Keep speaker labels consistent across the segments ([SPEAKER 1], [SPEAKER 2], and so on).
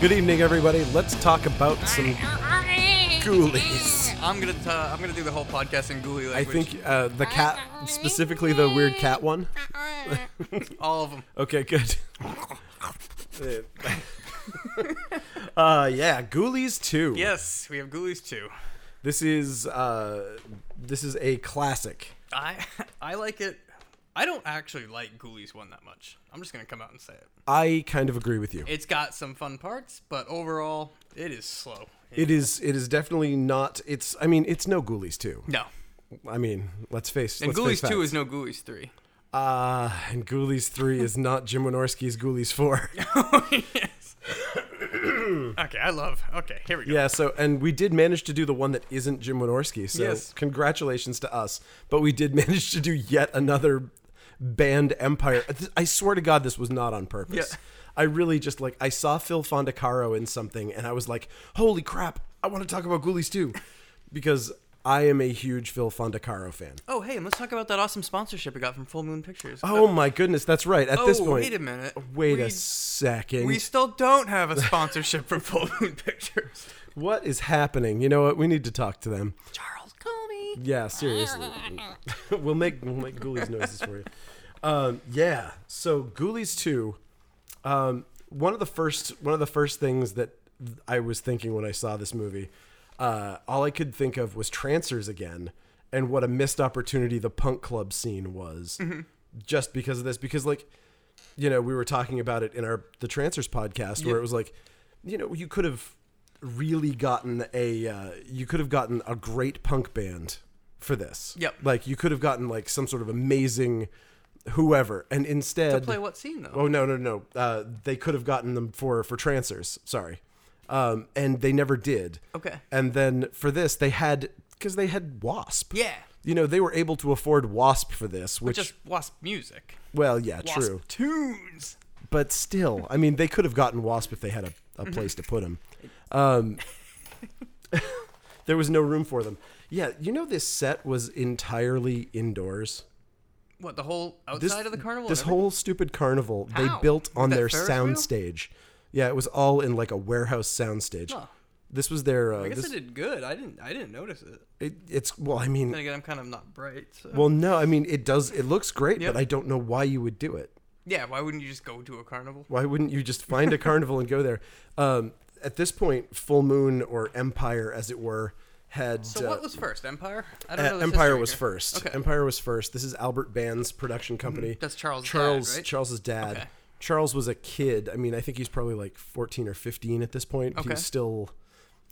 [SPEAKER 1] Good evening, everybody. Let's talk about some ghoulies.
[SPEAKER 2] I'm gonna t- I'm gonna do the whole podcast in ghoulie
[SPEAKER 1] I
[SPEAKER 2] language.
[SPEAKER 1] think uh, the cat, specifically the weird cat one.
[SPEAKER 2] all of them.
[SPEAKER 1] Okay, good. uh, yeah, Ghoulies 2.
[SPEAKER 2] Yes, we have ghoulies too.
[SPEAKER 1] This is uh, this is a classic.
[SPEAKER 2] I I like it. I don't actually like ghoulies one that much. I'm just gonna come out and say it.
[SPEAKER 1] I kind of agree with you.
[SPEAKER 2] It's got some fun parts, but overall, it is slow.
[SPEAKER 1] It is it is definitely not. It's I mean it's no Ghoulies 2.
[SPEAKER 2] no,
[SPEAKER 1] I mean let's face.
[SPEAKER 2] and
[SPEAKER 1] let's face
[SPEAKER 2] ghoulies two
[SPEAKER 1] facts.
[SPEAKER 2] is no ghoulies three.
[SPEAKER 1] Uh, and Ghoulies 3 is not Jim Wynorski's Ghoulies 4.
[SPEAKER 2] yes. okay, I love. Okay, here we go.
[SPEAKER 1] yeah, so, and we did manage to do the one that isn't Jim Wynorski, so
[SPEAKER 2] Yes.
[SPEAKER 1] congratulations to us. But we did manage to do yet another band empire. Th- I swear to God, this was not on purpose.
[SPEAKER 2] Yeah.
[SPEAKER 1] I really just like, I saw Phil Fondacaro in something, and I was like, holy crap, I want to talk about Ghoulies 2. Because I am a huge Phil Fondacaro fan.
[SPEAKER 2] Oh, hey, and let's talk about that awesome sponsorship we got from Full Moon Pictures.
[SPEAKER 1] Oh my goodness, that's right. At this
[SPEAKER 2] Uh, Oh,
[SPEAKER 1] point,
[SPEAKER 2] wait a minute.
[SPEAKER 1] wait
[SPEAKER 2] we,
[SPEAKER 1] a second.
[SPEAKER 2] We still don't have a sponsorship from Full Moon Pictures.
[SPEAKER 1] What is happening? You know what? We need to talk to them.
[SPEAKER 2] Charles Comey. Ah.
[SPEAKER 1] Yeah, seriously. we'll make we'll make Ghoulies noises for you. Um, yeah. So Ghoulies two. Um, one of the first one of the first things that I was thinking when I saw this movie, uh, all I could think of was Trancers again, and what a missed opportunity the punk club scene was, just because of this. Because like, you know, we were talking about it in our the Trancers podcast where it was like, you know, you could have really gotten a uh, you could have gotten a great punk band for this.
[SPEAKER 2] Yep.
[SPEAKER 1] Like you could have gotten like some sort of amazing whoever, and instead
[SPEAKER 2] Play what scene though?
[SPEAKER 1] Oh no no no! Uh, they could have gotten them for for trancers. Sorry, um, and they never did.
[SPEAKER 2] Okay.
[SPEAKER 1] And then for this, they had because they had Wasp.
[SPEAKER 2] Yeah.
[SPEAKER 1] You know they were able to afford Wasp for this, which
[SPEAKER 2] Just Wasp music.
[SPEAKER 1] well yeah
[SPEAKER 2] Wasp
[SPEAKER 1] true,
[SPEAKER 2] tunes.
[SPEAKER 1] but still I mean they could have gotten Wasp if they had a, a
[SPEAKER 2] Mm-hmm.
[SPEAKER 1] place to put him. Um, there was no room for them. Yeah, you know this set was entirely indoors.
[SPEAKER 2] What the whole outside
[SPEAKER 1] this,
[SPEAKER 2] of the carnival?
[SPEAKER 1] This
[SPEAKER 2] and
[SPEAKER 1] whole stupid carnival they
[SPEAKER 2] How?
[SPEAKER 1] built on
[SPEAKER 2] With that
[SPEAKER 1] their
[SPEAKER 2] Ferris
[SPEAKER 1] sound
[SPEAKER 2] wheel?
[SPEAKER 1] stage. Yeah, it was all in like a warehouse sound stage.
[SPEAKER 2] Huh.
[SPEAKER 1] This was their. Uh,
[SPEAKER 2] everything? I guess
[SPEAKER 1] this,
[SPEAKER 2] I did good. I didn't. I didn't notice it.
[SPEAKER 1] it, it's well, I mean,
[SPEAKER 2] Then again, I'm kind of not bright. So.
[SPEAKER 1] well, no, I mean, it does. It looks great,
[SPEAKER 2] Yep.
[SPEAKER 1] but I don't know why you would do it.
[SPEAKER 2] yeah. Why wouldn't you just go to a carnival?
[SPEAKER 1] Why wouldn't you just find a carnival and go there? Um, at this point, Full Moon or Empire, as it were, had.
[SPEAKER 2] So
[SPEAKER 1] uh,
[SPEAKER 2] what was first? Empire. I
[SPEAKER 1] uh,
[SPEAKER 2] don't know. this
[SPEAKER 1] Empire
[SPEAKER 2] history
[SPEAKER 1] was
[SPEAKER 2] here.
[SPEAKER 1] first.
[SPEAKER 2] Okay. Mm-hmm.
[SPEAKER 1] Empire was first. This is Albert Band's production company.
[SPEAKER 2] That's Charles' dad,
[SPEAKER 1] Charles
[SPEAKER 2] right?
[SPEAKER 1] Charles's dad.
[SPEAKER 2] Okay.
[SPEAKER 1] Charles was a kid. I mean, I think he's probably like 14 or 15 at this point. He
[SPEAKER 2] Okay.
[SPEAKER 1] was still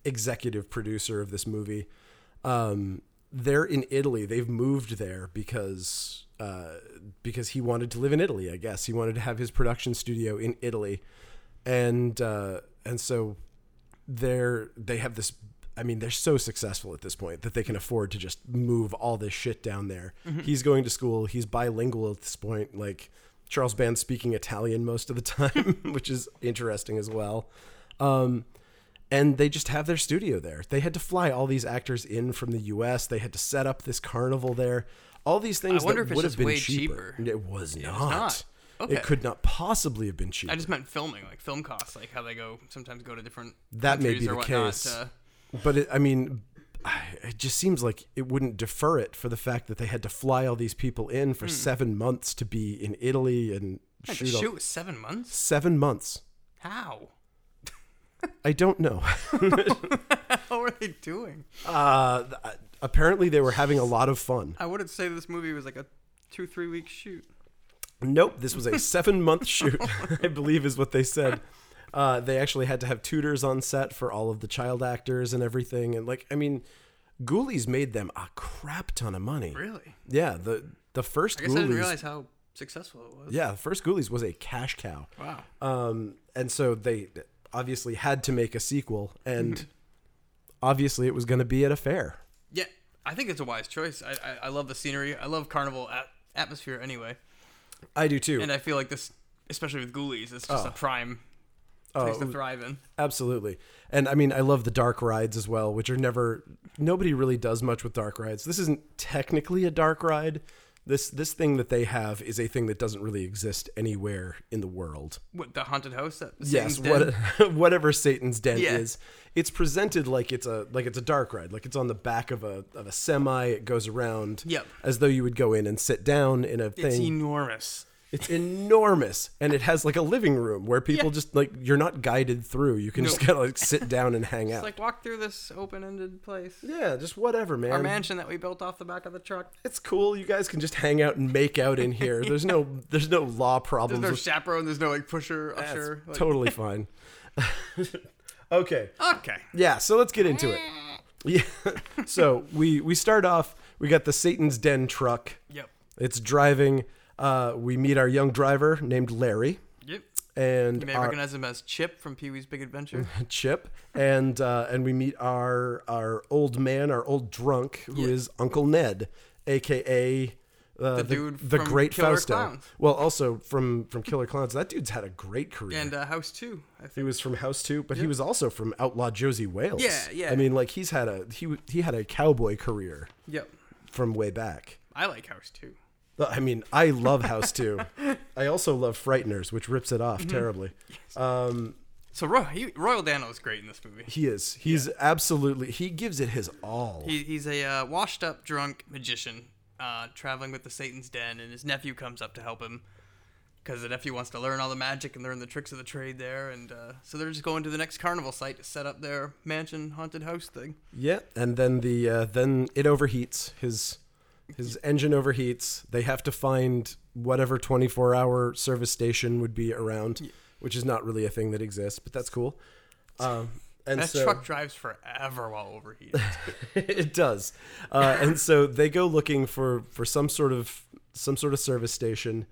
[SPEAKER 1] executive producer of this movie. Um, they're in Italy. They've moved there because uh, because he wanted to live in Italy. I guess he wanted to have his production studio in Italy, and uh, and so they're they have this I mean they're so successful at this point that they can afford to just move all this shit down there.
[SPEAKER 2] Mm-hmm.
[SPEAKER 1] He's going to school, he's bilingual at this point like Charles Band speaking Italian most of the time, which is interesting as well. Um and they just have their studio there. They had to fly all these actors in from the US. They had to set up this carnival there. All these things
[SPEAKER 2] wonder if
[SPEAKER 1] that
[SPEAKER 2] it's
[SPEAKER 1] would have
[SPEAKER 2] just
[SPEAKER 1] been
[SPEAKER 2] way
[SPEAKER 1] cheaper.
[SPEAKER 2] cheaper.
[SPEAKER 1] It was not.
[SPEAKER 2] not. Okay.
[SPEAKER 1] It could not possibly have been cheaper.
[SPEAKER 2] I just meant filming, like film costs, like how they go sometimes go to different
[SPEAKER 1] That may
[SPEAKER 2] countries
[SPEAKER 1] be
[SPEAKER 2] or
[SPEAKER 1] the
[SPEAKER 2] whatnot
[SPEAKER 1] case.
[SPEAKER 2] to-
[SPEAKER 1] But it, I mean, I- it just seems like it wouldn't defer it for the fact that they had to fly all these people in
[SPEAKER 2] Hmm.
[SPEAKER 1] for seven months to be in Italy and
[SPEAKER 2] Man, the
[SPEAKER 1] shoot. all-
[SPEAKER 2] shoot was seven months.
[SPEAKER 1] Seven months.
[SPEAKER 2] How?
[SPEAKER 1] I don't know.
[SPEAKER 2] How are they doing?
[SPEAKER 1] Uh, th- apparently, they were having a lot of fun.
[SPEAKER 2] I wouldn't say this movie was like a two, three week shoot.
[SPEAKER 1] Nope, this was a seven month shoot, I believe, is what they said. Uh, they actually had to have tutors on set for all of the child actors and everything. And, like, I mean, Ghoulies made them a crap ton of money.
[SPEAKER 2] Really?
[SPEAKER 1] Yeah, the, the first
[SPEAKER 2] I guess I didn't
[SPEAKER 1] Ghoulies
[SPEAKER 2] realize how successful it was.
[SPEAKER 1] Yeah, the first Ghoulies was a cash cow.
[SPEAKER 2] Wow.
[SPEAKER 1] Um, and so they obviously had to make a sequel, and obviously it was going to be at a fair.
[SPEAKER 2] Yeah, I think it's a wise choice. I, I, I love the scenery. I love carnival at, atmosphere anyway,
[SPEAKER 1] I do too.
[SPEAKER 2] and I feel like this, especially with ghoulies, it's
[SPEAKER 1] Oh.
[SPEAKER 2] just a prime place to thrive in.
[SPEAKER 1] Absolutely. And I mean, I love the dark rides as well, which are never, nobody really does much with dark rides. This isn't technically a dark ride, This this thing that they have is a thing that doesn't really exist anywhere in the world.
[SPEAKER 2] What the haunted house? That
[SPEAKER 1] yes,
[SPEAKER 2] Satan's den?
[SPEAKER 1] what, whatever Satan's den
[SPEAKER 2] Yeah.
[SPEAKER 1] is, it's presented like it's a like it's a dark ride, like it's on the back of a of a semi. It goes around,
[SPEAKER 2] Yep.
[SPEAKER 1] as though you would go in and sit down in a
[SPEAKER 2] It's
[SPEAKER 1] thing.
[SPEAKER 2] enormous.
[SPEAKER 1] It's enormous, and it has like a living room where people
[SPEAKER 2] Yeah.
[SPEAKER 1] just like you're not guided through. You can
[SPEAKER 2] No.
[SPEAKER 1] just kind of like sit down and hang out.
[SPEAKER 2] It's like walk through this open-ended place.
[SPEAKER 1] yeah, just whatever, man.
[SPEAKER 2] Our mansion that we built off the back of the truck.
[SPEAKER 1] It's cool. You guys can just hang out and make out in here. There's no there's no law
[SPEAKER 2] There's
[SPEAKER 1] problems.
[SPEAKER 2] no
[SPEAKER 1] with-
[SPEAKER 2] chaperone. There's no like pusher,
[SPEAKER 1] That's
[SPEAKER 2] usher. like-
[SPEAKER 1] totally fine. okay.
[SPEAKER 2] okay.
[SPEAKER 1] Yeah, so let's get into it. Yeah. so we we start off. We got the Satan's Den truck.
[SPEAKER 2] Yep.
[SPEAKER 1] It's driving. Uh, we meet our young driver named Larry
[SPEAKER 2] Yep.
[SPEAKER 1] and
[SPEAKER 2] You may
[SPEAKER 1] our
[SPEAKER 2] recognize him as Chip from Pee Wee's Big Adventure.
[SPEAKER 1] Chip, and uh, and we meet our our old man, our old drunk, who is
[SPEAKER 2] Yeah.
[SPEAKER 1] Uncle Ned, aka. Uh, the,
[SPEAKER 2] dude
[SPEAKER 1] the
[SPEAKER 2] from
[SPEAKER 1] great
[SPEAKER 2] Killer
[SPEAKER 1] Fausto.
[SPEAKER 2] Clowns.
[SPEAKER 1] Well, also from from Killer Clowns, that dude's had a great career.
[SPEAKER 2] and uh, House 2, I
[SPEAKER 1] He
[SPEAKER 2] think.
[SPEAKER 1] was from House Two, but he was also from Outlaw Josie Wales.
[SPEAKER 2] Yeah, yeah.
[SPEAKER 1] I mean, like he's had a he w- he had a cowboy career
[SPEAKER 2] Yep.
[SPEAKER 1] from way back.
[SPEAKER 2] I like House 2.
[SPEAKER 1] Uh, I mean, I love House Two. I also love Frighteners, which rips it
[SPEAKER 2] Mm-hmm.
[SPEAKER 1] off terribly.
[SPEAKER 2] So Roy, he, Royal Dano is great in this movie.
[SPEAKER 1] He is. He's absolutely. He gives it his all.
[SPEAKER 2] He, he's a uh, washed up, drunk magician uh, traveling with the Satan's Den, and his nephew comes up to help him because the nephew wants to learn all the magic and learn the tricks of the trade there. And uh, so they're just going to the next carnival site to set up their mansion haunted house thing.
[SPEAKER 1] yeah, and then the uh, then it overheats. His his engine overheats. They have to find whatever twenty four hour service station would be around, which is not really a thing that exists, but that's cool. Um, and
[SPEAKER 2] That
[SPEAKER 1] so,
[SPEAKER 2] truck drives forever while overheating.
[SPEAKER 1] it does. Uh, and so they go looking for for some sort of some sort of service station,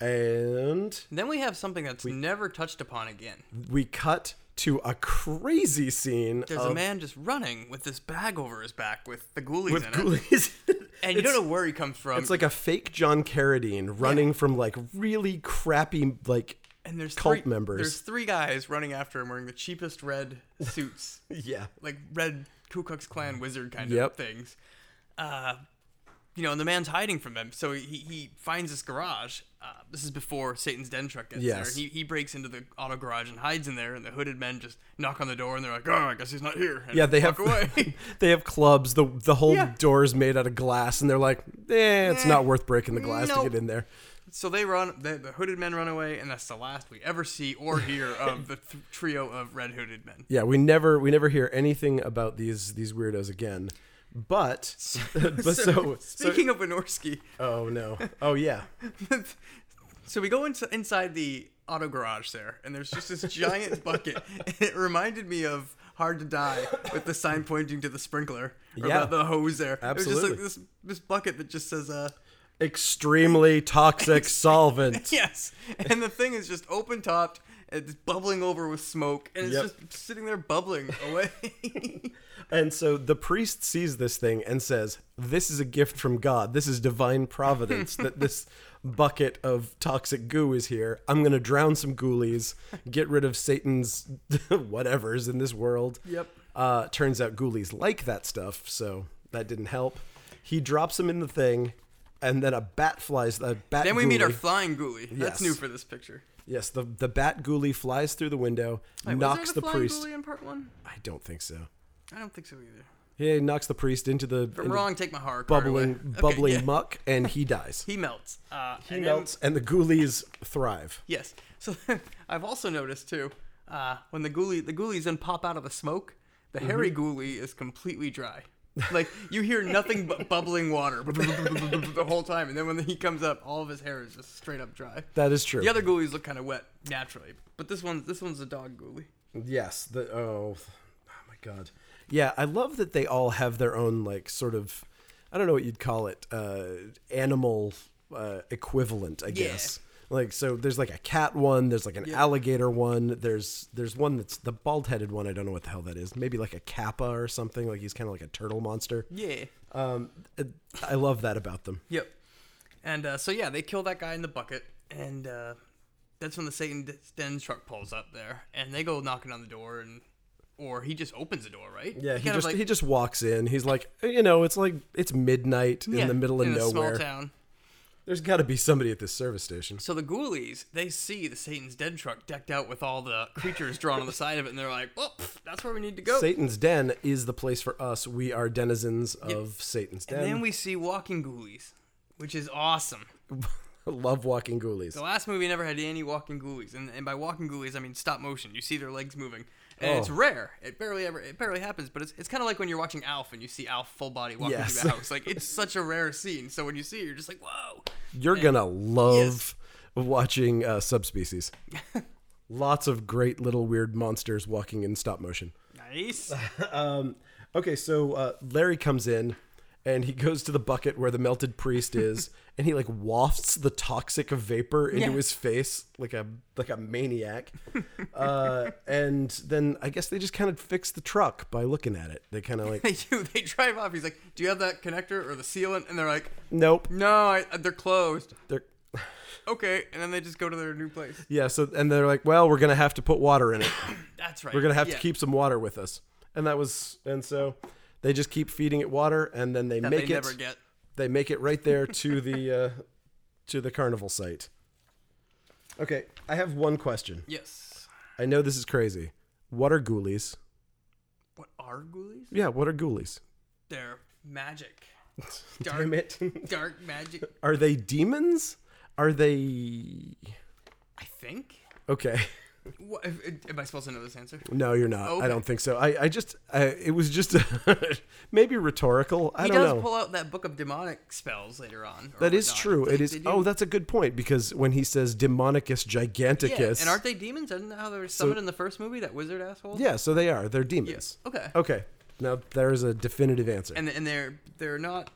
[SPEAKER 1] and
[SPEAKER 2] And then we have something that's never touched upon again.
[SPEAKER 1] we cut to a crazy scene
[SPEAKER 2] There's
[SPEAKER 1] of
[SPEAKER 2] a man just running with this bag over his back with the ghoulies
[SPEAKER 1] with
[SPEAKER 2] in it.
[SPEAKER 1] ghoulies.
[SPEAKER 2] And you don't know where he comes from.
[SPEAKER 1] It's like a fake John Carradine running from like really crappy like
[SPEAKER 2] and there's
[SPEAKER 1] cult
[SPEAKER 2] three,
[SPEAKER 1] members.
[SPEAKER 2] There's three guys running after him wearing the cheapest red suits.
[SPEAKER 1] yeah.
[SPEAKER 2] like red Ku Klux Klan wizard kind
[SPEAKER 1] Yep.
[SPEAKER 2] of things. Uh, you know, and the man's hiding from them, so he, he finds this garage. Uh, this is before Satan's Den truck gets there.
[SPEAKER 1] Yes.
[SPEAKER 2] He, he breaks into the auto garage and hides in there, and the hooded men just knock on the door, and they're like, "Oh, I guess he's not here." and
[SPEAKER 1] Yeah, they have
[SPEAKER 2] walk away.
[SPEAKER 1] they have clubs. The the whole
[SPEAKER 2] Yeah.
[SPEAKER 1] door is made out of glass, and they're like, eh, it's
[SPEAKER 2] Eh,
[SPEAKER 1] not worth breaking the glass
[SPEAKER 2] nope.
[SPEAKER 1] to get in there.
[SPEAKER 2] so they run. The, the hooded men run away, and that's the last we ever see or hear of the th- trio of red hooded men.
[SPEAKER 1] Yeah, we never we never hear anything about these these weirdos again. But but so, so
[SPEAKER 2] Speaking of Winorski,
[SPEAKER 1] oh no oh yeah
[SPEAKER 2] so we go ins- inside the auto garage there, and there's just this giant bucket. And it reminded me of Hard to Die with the sign pointing to the sprinkler or
[SPEAKER 1] Yeah.
[SPEAKER 2] the, the hose there. It
[SPEAKER 1] Absolutely.
[SPEAKER 2] was just like this this bucket that just says uh
[SPEAKER 1] extremely toxic solvent.
[SPEAKER 2] yes, and the thing is just open topped. It's bubbling over with smoke, and it's
[SPEAKER 1] Yep.
[SPEAKER 2] just sitting there bubbling away.
[SPEAKER 1] And so the priest sees this thing and says, "This is a gift from God. This is divine providence that this bucket of toxic goo is here. I'm going to drown some ghoulies, get rid of Satan's whatever's in this world."
[SPEAKER 2] Yep.
[SPEAKER 1] Uh, turns out ghoulies like that stuff, so that didn't help. He drops him in the thing, and then a bat flies. A bat.
[SPEAKER 2] then we meet our
[SPEAKER 1] ghoulie-
[SPEAKER 2] flying ghoulie.
[SPEAKER 1] Yes.
[SPEAKER 2] That's new for this picture.
[SPEAKER 1] yes. The the bat ghoulie flies through the window,
[SPEAKER 2] Wait, was there
[SPEAKER 1] knocks
[SPEAKER 2] the, flying
[SPEAKER 1] priest.
[SPEAKER 2] ghoulie in part one?
[SPEAKER 1] I don't think so.
[SPEAKER 2] I don't think so either.
[SPEAKER 1] He knocks the priest into the
[SPEAKER 2] If I'm
[SPEAKER 1] into
[SPEAKER 2] wrong, take my heart. card away.
[SPEAKER 1] bubbling
[SPEAKER 2] Okay,
[SPEAKER 1] bubbling
[SPEAKER 2] yeah.
[SPEAKER 1] muck and he dies
[SPEAKER 2] He melts. Uh,
[SPEAKER 1] he
[SPEAKER 2] and then-
[SPEAKER 1] melts and the ghoulies thrive
[SPEAKER 2] Yes. So I've also noticed too, uh, when the ghoulie the ghoulies then pop out of the smoke, the hairy
[SPEAKER 1] Mm-hmm.
[SPEAKER 2] ghoulie is completely dry. Like you hear nothing but bubbling water the whole time, and then when he comes up, all of his hair is just straight up dry.
[SPEAKER 1] that is true
[SPEAKER 2] The other ghoulies look kind of wet naturally, but this one's this one's a dog ghoulie.
[SPEAKER 1] yes the oh, oh my god yeah i love that they all have their own like sort of i don't know what you'd call it uh animal uh, equivalent i guess like so there's like a cat one there's like an alligator one there's there's one that's the bald-headed one i don't know what the hell that is maybe like a kappa or something like he's kind of like a turtle monster
[SPEAKER 2] Yeah.
[SPEAKER 1] um i love that about them
[SPEAKER 2] Yep. And uh, so yeah, they kill that guy in the bucket, and uh, that's when the Satan Den truck pulls up there, and they go knocking on the door, and or he just opens the door, right?
[SPEAKER 1] Yeah, he
[SPEAKER 2] Kind of
[SPEAKER 1] just
[SPEAKER 2] like-
[SPEAKER 1] he just walks in. He's like, you know, it's like it's midnight
[SPEAKER 2] Yeah,
[SPEAKER 1] in the middle of
[SPEAKER 2] in a
[SPEAKER 1] nowhere.
[SPEAKER 2] small town.
[SPEAKER 1] There's got to be somebody at this service station.
[SPEAKER 2] So the ghoulies, they see the Satan's Den truck decked out with all the creatures drawn on the side of it, and they're like, well, pff, that's where we need to go.
[SPEAKER 1] Satan's Den is the place for us. We are denizens of Satan's Den.
[SPEAKER 2] and then we see walking ghoulies, which is awesome.
[SPEAKER 1] Love walking ghoulies.
[SPEAKER 2] The last movie never had any walking ghoulies, and, and by walking ghoulies I mean stop motion. You see their legs moving, and it's
[SPEAKER 1] Oh.
[SPEAKER 2] rare. It barely ever, it barely happens. But it's, it's kind of like when you're watching Alf and you see Alf full body walking
[SPEAKER 1] Yes.
[SPEAKER 2] through the house. Like it's such a rare scene. So when you see it, you're just like, whoa.
[SPEAKER 1] You're gonna love watching uh, subspecies. Lots of great little weird monsters walking in stop motion.
[SPEAKER 2] Nice.
[SPEAKER 1] Okay, so uh, Larry comes in and he goes to the bucket where the melted priest is, and he like wafts the toxic vapor into
[SPEAKER 2] Yeah.
[SPEAKER 1] his face like a like a maniac. uh, and then I guess they just kind of fix the truck by looking at it. They kind of like,
[SPEAKER 2] they do. They drive off. He's like, "Do you have that connector or the sealant?" And they're like,
[SPEAKER 1] nope,
[SPEAKER 2] "No, I, uh, they're closed."
[SPEAKER 1] they're
[SPEAKER 2] Okay, and then they just go to their new place.
[SPEAKER 1] yeah. So and they're like, well, we're gonna have to put water in it.
[SPEAKER 2] That's right.
[SPEAKER 1] We're gonna have
[SPEAKER 2] Yeah.
[SPEAKER 1] to keep some water with us. And that was and so they just keep feeding it water, and then they
[SPEAKER 2] that
[SPEAKER 1] make
[SPEAKER 2] they
[SPEAKER 1] it.
[SPEAKER 2] never get.
[SPEAKER 1] they make it right there to the uh, to the carnival site. Okay, I have one question.
[SPEAKER 2] Yes.
[SPEAKER 1] I know this is crazy. What are ghoulies?
[SPEAKER 2] What are ghoulies?
[SPEAKER 1] Yeah, what are ghoulies?
[SPEAKER 2] They're magic. Dark,
[SPEAKER 1] Damn it.
[SPEAKER 2] dark magic.
[SPEAKER 1] are they demons? Are they
[SPEAKER 2] I think.
[SPEAKER 1] Okay.
[SPEAKER 2] What, if- if- am I supposed to know this answer?
[SPEAKER 1] No, you're not. I
[SPEAKER 2] Okay.
[SPEAKER 1] don't think so. I, I just I, it was just maybe rhetorical. I
[SPEAKER 2] He
[SPEAKER 1] don't
[SPEAKER 2] does
[SPEAKER 1] know.
[SPEAKER 2] pull out that book of demonic spells later on. or
[SPEAKER 1] that is
[SPEAKER 2] whatnot.
[SPEAKER 1] true.
[SPEAKER 2] They-
[SPEAKER 1] It is
[SPEAKER 2] they do-
[SPEAKER 1] Oh, that's a good point because when he says demonicus
[SPEAKER 2] yeah.
[SPEAKER 1] giganticus.
[SPEAKER 2] And aren't they demons? Isn't that how they were summoned in the first movie? That wizard asshole.
[SPEAKER 1] yeah, so they are. They're demons.
[SPEAKER 2] Okay.
[SPEAKER 1] Okay. Now there is a definitive answer.
[SPEAKER 2] And and they're they're not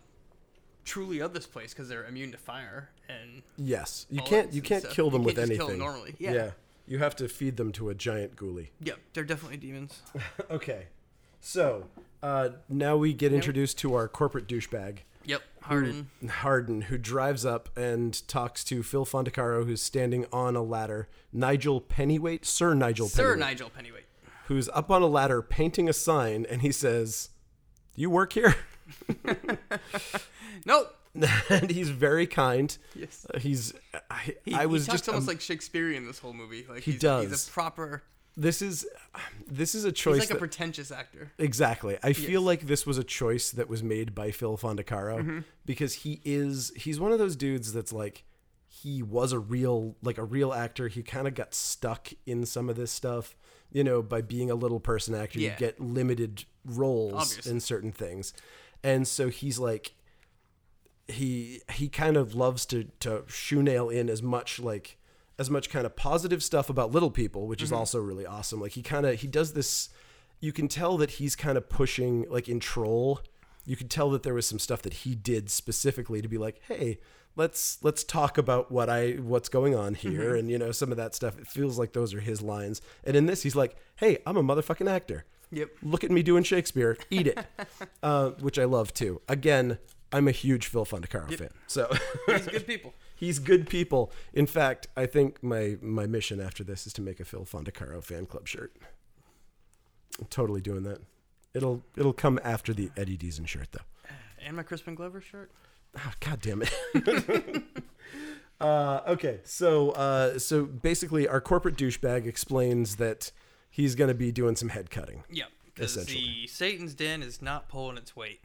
[SPEAKER 2] truly of this place because they're immune to fire and
[SPEAKER 1] Yes, you
[SPEAKER 2] bullets
[SPEAKER 1] can't. You
[SPEAKER 2] and
[SPEAKER 1] can't
[SPEAKER 2] stuff.
[SPEAKER 1] kill
[SPEAKER 2] You
[SPEAKER 1] them
[SPEAKER 2] can't
[SPEAKER 1] with
[SPEAKER 2] just
[SPEAKER 1] anything.
[SPEAKER 2] kill them normally. Yeah.
[SPEAKER 1] you have to feed them to a giant ghoulie.
[SPEAKER 2] yeah they're definitely demons.
[SPEAKER 1] Okay, so uh, now we get introduced to our corporate douchebag
[SPEAKER 2] Yep. Harden.
[SPEAKER 1] Harden, who drives up and talks to Phil Fondacaro, who's standing on a ladder. Nigel Pennyweight, Sir Nigel
[SPEAKER 2] Sir
[SPEAKER 1] Pennyweight,
[SPEAKER 2] Nigel Pennyweight.
[SPEAKER 1] who's up on a ladder painting a sign, and he says, "You work here,"
[SPEAKER 2] Nope.
[SPEAKER 1] and he's very kind.
[SPEAKER 2] Yes.
[SPEAKER 1] Uh, He's. I,
[SPEAKER 2] He,
[SPEAKER 1] I was
[SPEAKER 2] he talks
[SPEAKER 1] just um,
[SPEAKER 2] almost like Shakespearean this whole movie. Like
[SPEAKER 1] He
[SPEAKER 2] he's, He's
[SPEAKER 1] does. Oh,
[SPEAKER 2] a proper.
[SPEAKER 1] this is this is a
[SPEAKER 2] He's
[SPEAKER 1] choice
[SPEAKER 2] like a
[SPEAKER 1] that-
[SPEAKER 2] pretentious actor.
[SPEAKER 1] Exactly. I feel like this was a choice that was made by Phil Fondacaro because he is he's one of those dudes that's like he was a real like a real actor. He kind of got stuck in some of this stuff, you know, by being a little person actor, you
[SPEAKER 2] Yeah.
[SPEAKER 1] get limited roles
[SPEAKER 2] Obviously.
[SPEAKER 1] in certain things. And so he's like he he kind of loves to to shoenail in as much like as much kind of positive stuff about little people, which is also really awesome. Like he kind of he does this. You can tell that he's kind of pushing like in troll. You can tell that there was some stuff that he did specifically to be like, hey, let's let's talk about what I what's going on here, and you know some of that stuff. It feels like those are his lines. And in this, he's like, hey, I'm a motherfucking actor.
[SPEAKER 2] Yep.
[SPEAKER 1] Look at me doing Shakespeare. Eat it, uh, which I love too. Again, I'm a huge Phil Fondacaro fan. So
[SPEAKER 2] He's good people.
[SPEAKER 1] He's good people. In fact, I think my my mission after this is to make a Phil Fondacaro fan club shirt. I'm totally doing that. It'll it'll come after the Eddie Deason shirt though.
[SPEAKER 2] And my Crispin Glover shirt.
[SPEAKER 1] Ah, God damn it. uh, okay, so uh, so basically, our corporate douchebag explains that he's going to be doing some head cutting,
[SPEAKER 2] Yep. Because
[SPEAKER 1] Essentially.
[SPEAKER 2] the Satan's Den is not pulling its weight.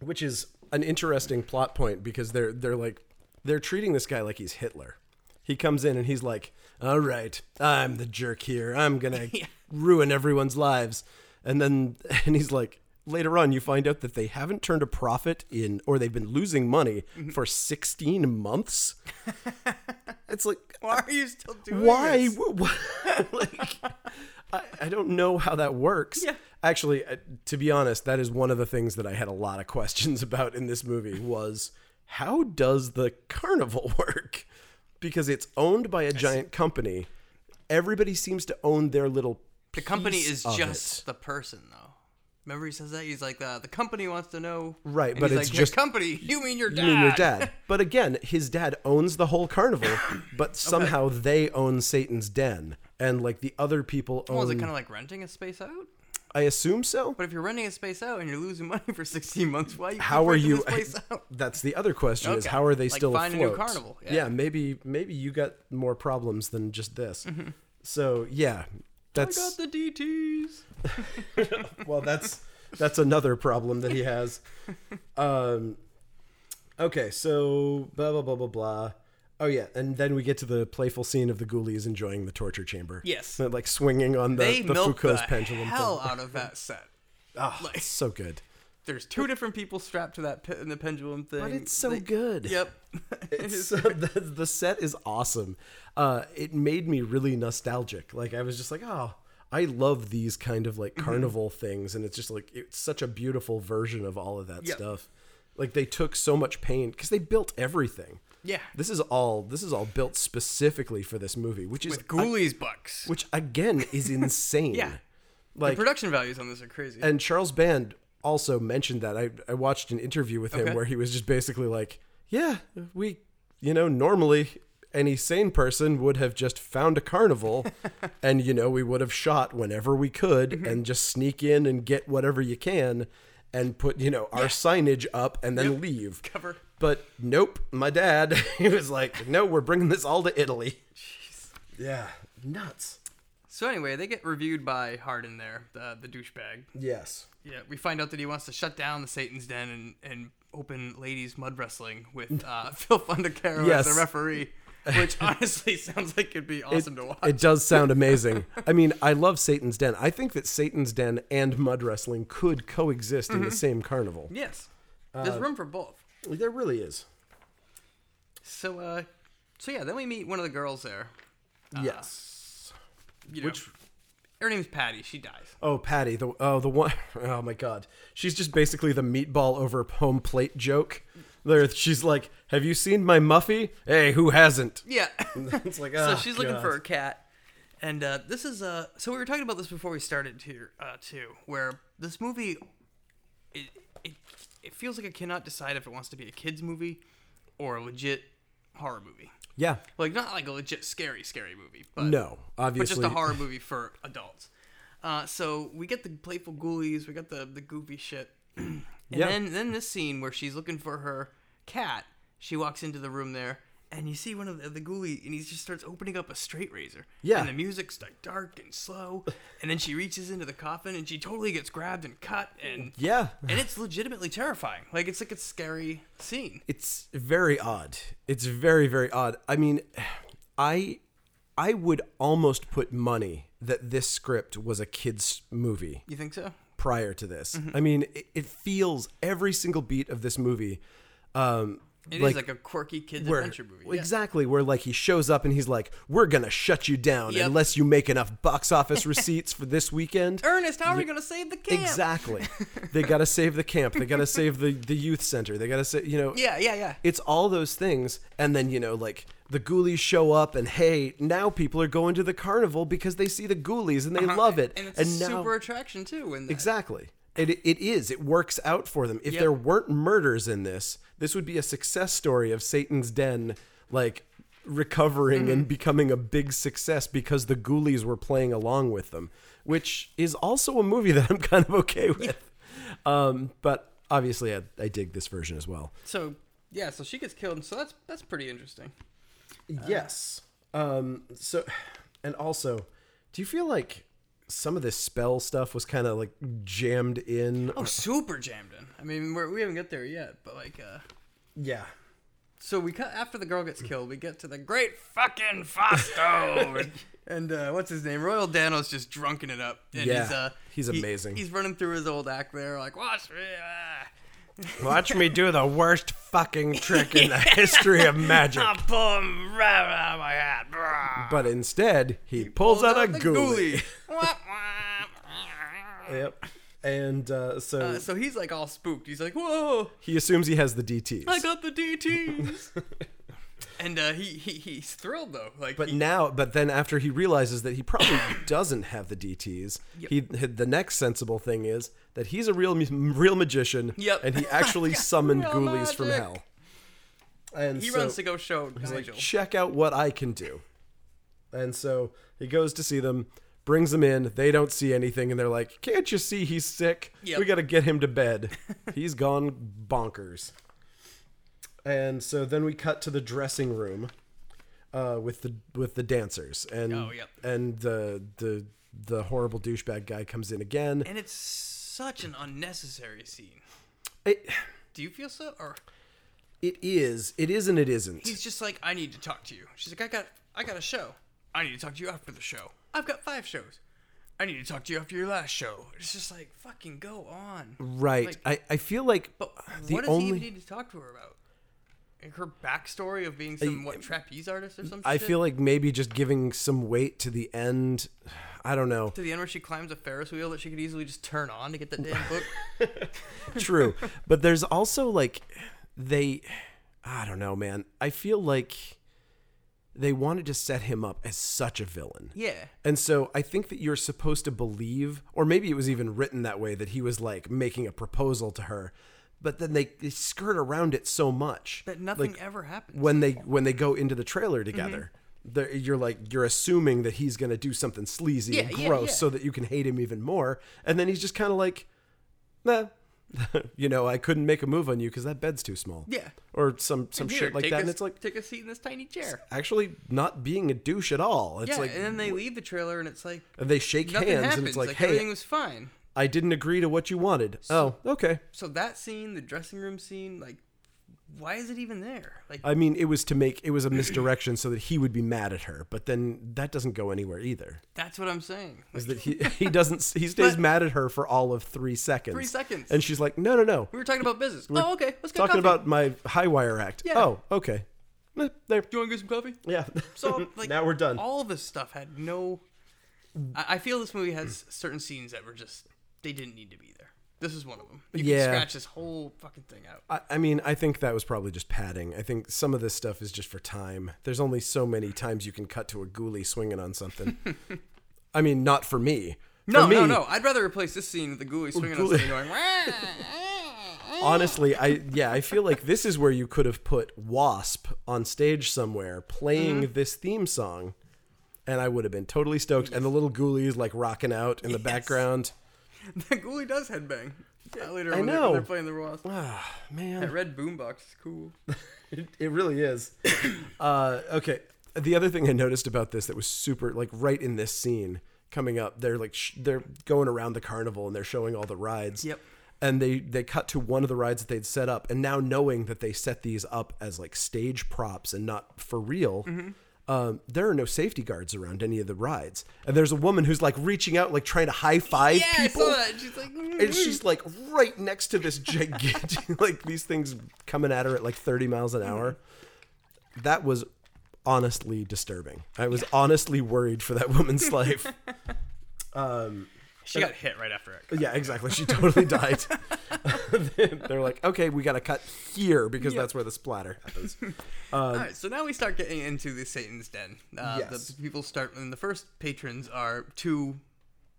[SPEAKER 1] which is an interesting plot point because they're they're like they're treating this guy like he's Hitler. He comes in and he's like, "All right, I'm the jerk here. I'm gonna ruin everyone's lives." And then and he's like, later on, you find out that they haven't turned a profit in, or they've been losing money for 16 months. it's like,
[SPEAKER 2] Why are you still doing
[SPEAKER 1] why?
[SPEAKER 2] this?
[SPEAKER 1] Wh- wh- like, I, I don't know how that works.
[SPEAKER 2] Yeah.
[SPEAKER 1] Actually, uh, to be honest, that is one of the things that I had a lot of questions about in this movie was how does the carnival work? Because it's owned by a giant company. Everybody seems to own their little.
[SPEAKER 2] The company
[SPEAKER 1] piece
[SPEAKER 2] is
[SPEAKER 1] of
[SPEAKER 2] just
[SPEAKER 1] it.
[SPEAKER 2] the person, though. Remember, he says that he's like, uh, the company wants to know.
[SPEAKER 1] Right,
[SPEAKER 2] And
[SPEAKER 1] but
[SPEAKER 2] he's
[SPEAKER 1] it's
[SPEAKER 2] like,
[SPEAKER 1] just-
[SPEAKER 2] the company. You mean your dad?
[SPEAKER 1] You mean your dad? But again, his dad owns the whole carnival, but somehow they own Satan's Den, and like the other people own.
[SPEAKER 2] Was it kind of like renting a space out?
[SPEAKER 1] I assume so.
[SPEAKER 2] But if you're renting a space out and you're losing money for 16 months, why you keep
[SPEAKER 1] How are
[SPEAKER 2] renting
[SPEAKER 1] you?
[SPEAKER 2] This place out?
[SPEAKER 1] That's the other question: is
[SPEAKER 2] Okay.
[SPEAKER 1] how are they
[SPEAKER 2] Like,
[SPEAKER 1] still
[SPEAKER 2] find a new
[SPEAKER 1] afloat?
[SPEAKER 2] carnival.
[SPEAKER 1] Yeah.
[SPEAKER 2] Yeah.
[SPEAKER 1] maybe maybe you got more problems than just this. So yeah,
[SPEAKER 2] Mm-hmm. I
[SPEAKER 1] that's
[SPEAKER 2] got the DTS.
[SPEAKER 1] well that's that's another problem that he has um okay so blah blah blah blah blah oh yeah and then we get to the playful scene of the ghoulies enjoying the torture chamber
[SPEAKER 2] Yes.
[SPEAKER 1] They're, like swinging on the,
[SPEAKER 2] They
[SPEAKER 1] the
[SPEAKER 2] milk the
[SPEAKER 1] foucault's pendulum
[SPEAKER 2] hell
[SPEAKER 1] thing.
[SPEAKER 2] out of that set.
[SPEAKER 1] Ah, it's so good
[SPEAKER 2] There's two different people strapped to that pe- in the pendulum thing.
[SPEAKER 1] but it's so
[SPEAKER 2] They-
[SPEAKER 1] good
[SPEAKER 2] Yep.
[SPEAKER 1] it's so, the, the set is awesome uh it made me really nostalgic like i was just like oh I love these kind of
[SPEAKER 2] Mm-hmm.
[SPEAKER 1] like carnival things, and it's just like it's such a beautiful version of all of that
[SPEAKER 2] Yeah.
[SPEAKER 1] stuff. Like they took so much pain because they built everything.
[SPEAKER 2] yeah.
[SPEAKER 1] This is all this is all built specifically for this movie, which is
[SPEAKER 2] With Ghoulies bucks.
[SPEAKER 1] which again is insane.
[SPEAKER 2] Yeah.
[SPEAKER 1] like
[SPEAKER 2] Production values on this are crazy.
[SPEAKER 1] and Charles Band also mentioned that I I watched an interview with him
[SPEAKER 2] Okay.
[SPEAKER 1] where he was just basically like, yeah, we you know normally any sane person would have just found a carnival and you know we would have shot whenever we could
[SPEAKER 2] Mm-hmm.
[SPEAKER 1] and just sneak in and get whatever you can and put you know our signage up and then leave
[SPEAKER 2] Cover.
[SPEAKER 1] but nope, my dad, he was like, no, we're bringing this all to Italy. Yeah. Nuts.
[SPEAKER 2] So anyway, they get reviewed by Hardin there, the, the douchebag.
[SPEAKER 1] Yes.
[SPEAKER 2] Yeah, we find out that he wants to shut down the Satan's Den and, and open ladies mud wrestling with uh, Phil Fundacaro as
[SPEAKER 1] Yes.
[SPEAKER 2] the referee, which honestly sounds like it'd be awesome to watch.
[SPEAKER 1] It does sound amazing. I mean, I love Satan's Den. I think that Satan's Den and mud wrestling could coexist in the
[SPEAKER 2] Mm-hmm.
[SPEAKER 1] same carnival.
[SPEAKER 2] yes,
[SPEAKER 1] Uh,
[SPEAKER 2] there's room for both.
[SPEAKER 1] There really is.
[SPEAKER 2] So, uh, so yeah, then we meet one of the girls there. Uh,
[SPEAKER 1] yes.
[SPEAKER 2] You know,
[SPEAKER 1] Which-
[SPEAKER 2] her name's Patty. She dies.
[SPEAKER 1] Oh, Patty, the oh the one oh my god. She's just basically the meatball over home plate joke. There she's like, "Have you seen my Muffy?" Hey, who hasn't?
[SPEAKER 2] Yeah.
[SPEAKER 1] It's like,
[SPEAKER 2] so
[SPEAKER 1] oh,
[SPEAKER 2] she's looking
[SPEAKER 1] God.
[SPEAKER 2] for a cat and uh, this is uh so we were talking about this before we started here uh, too where this movie it, it it feels like it cannot decide if it wants to be a kids movie or a legit horror movie
[SPEAKER 1] Yeah.
[SPEAKER 2] like not like a legit scary scary movie but
[SPEAKER 1] No,
[SPEAKER 2] but
[SPEAKER 1] obviously.
[SPEAKER 2] just a horror movie for adults uh, so we get the playful ghoulies we got the the goofy shit and
[SPEAKER 1] Yeah.
[SPEAKER 2] then then this scene where she's looking for her cat she walks into the room there and you see one of the, the ghoulie and he just starts opening up a straight razor
[SPEAKER 1] Yeah.
[SPEAKER 2] and the music's like dark and slow and then she reaches into the coffin and she totally gets grabbed and cut and
[SPEAKER 1] Yeah.
[SPEAKER 2] and it's legitimately terrifying like it's like a scary scene
[SPEAKER 1] It's very odd. It's very very odd. I mean, I I would almost put money that this script was a kids movie
[SPEAKER 2] you think so
[SPEAKER 1] prior to this.
[SPEAKER 2] Mm-hmm.
[SPEAKER 1] I mean, it, it feels every single beat of this movie um
[SPEAKER 2] It is like,
[SPEAKER 1] like
[SPEAKER 2] a quirky kids
[SPEAKER 1] where-
[SPEAKER 2] adventure movie yeah.
[SPEAKER 1] Exactly, where like he shows up and he's like, "We're gonna shut you down
[SPEAKER 2] Yep.
[SPEAKER 1] unless you make enough box office receipts for this weekend."
[SPEAKER 2] Ernest, how are we going to save the camp?
[SPEAKER 1] Exactly. they gotta save the camp. They gotta save the the youth center. They gotta say, you know,
[SPEAKER 2] Yeah, yeah, yeah.
[SPEAKER 1] it's all those things and then you know like the ghoulies show up and hey now people are going to the carnival because they see the ghoulies and they love it
[SPEAKER 2] Uh-huh. And it's a
[SPEAKER 1] now
[SPEAKER 2] super attraction too. And
[SPEAKER 1] exactly it, it is it works out for them if
[SPEAKER 2] Yep.
[SPEAKER 1] there weren't murders in this this would be a success story of satan's den like recovering
[SPEAKER 2] Mm-hmm.
[SPEAKER 1] and becoming a big success because the ghoulies were playing along with them which is also a movie that i'm kind of okay with um, but obviously I, I dig this version as well
[SPEAKER 2] so yeah, so she gets killed. So that's that's pretty interesting.
[SPEAKER 1] Yes. Um. So, and also, do you feel like some of this spell stuff was kind of like jammed in?
[SPEAKER 2] Oh, super jammed in. I mean, we're, we haven't got there yet, but like, uh,
[SPEAKER 1] yeah.
[SPEAKER 2] so we cut after the girl gets killed. We get to the great fucking Fausto, and, and uh, what's his name? Royal Dano's just drunken it up. And
[SPEAKER 1] Yeah,
[SPEAKER 2] he's, uh,
[SPEAKER 1] he's
[SPEAKER 2] he-
[SPEAKER 1] amazing.
[SPEAKER 2] he's running through his old act there, like watch me. ah."
[SPEAKER 1] Watch me do the worst fucking trick in the history of magic.
[SPEAKER 2] I'll pull him right out of my hat. Brah.
[SPEAKER 1] But instead, he, pulls, out, a
[SPEAKER 2] the
[SPEAKER 1] ghoulie.
[SPEAKER 2] ghoulie. Wah, wah.
[SPEAKER 1] Yep. And uh, so
[SPEAKER 2] Uh, so he's like all spooked. He's like, "Whoa,
[SPEAKER 1] he assumes he has the DTs.
[SPEAKER 2] I got the DTS!" and uh, he, he he's thrilled though. Like,
[SPEAKER 1] But
[SPEAKER 2] he-
[SPEAKER 1] now, but then after he realizes that he probably doesn't have the DTS, he the next sensible thing is that he's a real mu- real magician,
[SPEAKER 2] Yep.
[SPEAKER 1] and he actually summoned
[SPEAKER 2] Real
[SPEAKER 1] ghoulies from
[SPEAKER 2] magic.
[SPEAKER 1] hell. And
[SPEAKER 2] he
[SPEAKER 1] so
[SPEAKER 2] runs to go show Nigel.
[SPEAKER 1] check out what I can do, and so he goes to see them. brings them in. They don't see anything, and they're like, "Can't you see he's sick?
[SPEAKER 2] Yep.
[SPEAKER 1] We got to get him to bed. he's gone bonkers." And so then we cut to the dressing room uh, with the with the dancers, and
[SPEAKER 2] Oh, yep.
[SPEAKER 1] and the the the horrible douchebag guy comes in again.
[SPEAKER 2] and it's such an unnecessary scene.
[SPEAKER 1] It,
[SPEAKER 2] Do you feel so? Or
[SPEAKER 1] it is, it is, and it isn't.
[SPEAKER 2] he's just like, I need to talk to you. She's like, I got, I got a show. I need to talk to you after the show. I've got five shows. I need to talk to you after your last show. It's just like, fucking go on.
[SPEAKER 1] Right. I, I feel like
[SPEAKER 2] But
[SPEAKER 1] the
[SPEAKER 2] what does
[SPEAKER 1] only
[SPEAKER 2] he even need to talk to her about? Like her backstory of being some what trapeze artist or some
[SPEAKER 1] eh, I
[SPEAKER 2] shit?
[SPEAKER 1] feel like maybe just giving some weight to the end. I don't know.
[SPEAKER 2] to the end where she climbs a Ferris wheel that she could easily just turn on to get that damn book.
[SPEAKER 1] True. but there's also like they I don't know, man. I feel like they wanted to set him up as such a villain.
[SPEAKER 2] yeah.
[SPEAKER 1] And so I think that you're supposed to believe, or maybe it was even written that way, that he was like making a proposal to her, but then they, they skirt around it so much
[SPEAKER 2] That nothing
[SPEAKER 1] Like,
[SPEAKER 2] ever happens.
[SPEAKER 1] when they when they go into the trailer together.
[SPEAKER 2] Mm-hmm.
[SPEAKER 1] they're You're like you're assuming that he's gonna do something sleazy and
[SPEAKER 2] Yeah, yeah,
[SPEAKER 1] gross,
[SPEAKER 2] yeah.
[SPEAKER 1] so that you can hate him even more. And then he's just kind of like, nah, you know, I couldn't make a move on you because that bed's too small.
[SPEAKER 2] Yeah.
[SPEAKER 1] or some some
[SPEAKER 2] Here,
[SPEAKER 1] shit like
[SPEAKER 2] take
[SPEAKER 1] that.
[SPEAKER 2] a-
[SPEAKER 1] and it's like
[SPEAKER 2] take a seat in this tiny chair.
[SPEAKER 1] actually not being a douche at all. It's
[SPEAKER 2] yeah,
[SPEAKER 1] like
[SPEAKER 2] and then they leave the trailer and it's like
[SPEAKER 1] and they shake hands
[SPEAKER 2] nothing happens.
[SPEAKER 1] and it's like, hey,
[SPEAKER 2] everything was fine.
[SPEAKER 1] I didn't agree to what you wanted. oh, okay.
[SPEAKER 2] So that scene, the dressing room scene, like, why is it even there? Like,
[SPEAKER 1] I mean, it was to make it was a misdirection so that he would be mad at her, but then that doesn't go anywhere either.
[SPEAKER 2] that's what I'm saying.
[SPEAKER 1] is that he he doesn't he stays
[SPEAKER 2] But-
[SPEAKER 1] mad at her for all of three seconds.
[SPEAKER 2] Three seconds.
[SPEAKER 1] and she's like, no, no, no.
[SPEAKER 2] we were talking about business. oh, okay. Let's get
[SPEAKER 1] Talking
[SPEAKER 2] coffee.
[SPEAKER 1] about my high wire act.
[SPEAKER 2] Yeah.
[SPEAKER 1] Oh, okay. Eh, There.
[SPEAKER 2] Do you want to get some coffee?
[SPEAKER 1] Yeah.
[SPEAKER 2] So like
[SPEAKER 1] now we're done.
[SPEAKER 2] All of this stuff had no. I, I feel this movie has certain scenes that were just they didn't need to be there. This is one of them. You
[SPEAKER 1] Yeah.
[SPEAKER 2] can scratch this whole fucking thing out.
[SPEAKER 1] I, I mean, I think that was probably just padding. I think some of this stuff is just for time. There's only so many times you can cut to a ghoulie swinging on something. I mean, not for me.
[SPEAKER 2] No,
[SPEAKER 1] for me,
[SPEAKER 2] no, no. I'd rather replace this scene with the ghoulie swinging on
[SPEAKER 1] ghoulie.
[SPEAKER 2] something going. "Wah."
[SPEAKER 1] honestly i yeah i feel like this is where you could have put wasp on stage somewhere playing this theme song and i would have been totally stoked and the little ghoulie is like rocking out in the background
[SPEAKER 2] the ghoulie does headbang. Uh, later
[SPEAKER 1] I
[SPEAKER 2] on, They're,
[SPEAKER 1] know.
[SPEAKER 2] when they're playing the Ross.
[SPEAKER 1] ah
[SPEAKER 2] That
[SPEAKER 1] man
[SPEAKER 2] red boombox is cool.
[SPEAKER 1] it, it really is uh, okay the other thing i noticed about this that was super like right in this scene coming up they're like sh- they're going around the carnival and they're showing all the rides
[SPEAKER 2] Yep.
[SPEAKER 1] and they they cut to one of the rides that they'd set up and now knowing that they set these up as like stage props and not for real um, there are no safety guards around any of the rides and there's a woman who's like reaching out like trying to high-five
[SPEAKER 2] Yeah, I
[SPEAKER 1] people
[SPEAKER 2] saw that. She's like,
[SPEAKER 1] and she's like right next to this gigantic like these things coming at her at like 30 miles an hour that was honestly disturbing i was honestly worried for that woman's life
[SPEAKER 2] she got hit right after it.
[SPEAKER 1] Yeah, exactly. She totally died. They're like, okay, we got to cut here because that's where the splatter happens. Uh,
[SPEAKER 2] All right, so now we start getting into the Satan's Den. Uh,
[SPEAKER 1] Yes.
[SPEAKER 2] The people start, and the first patrons are two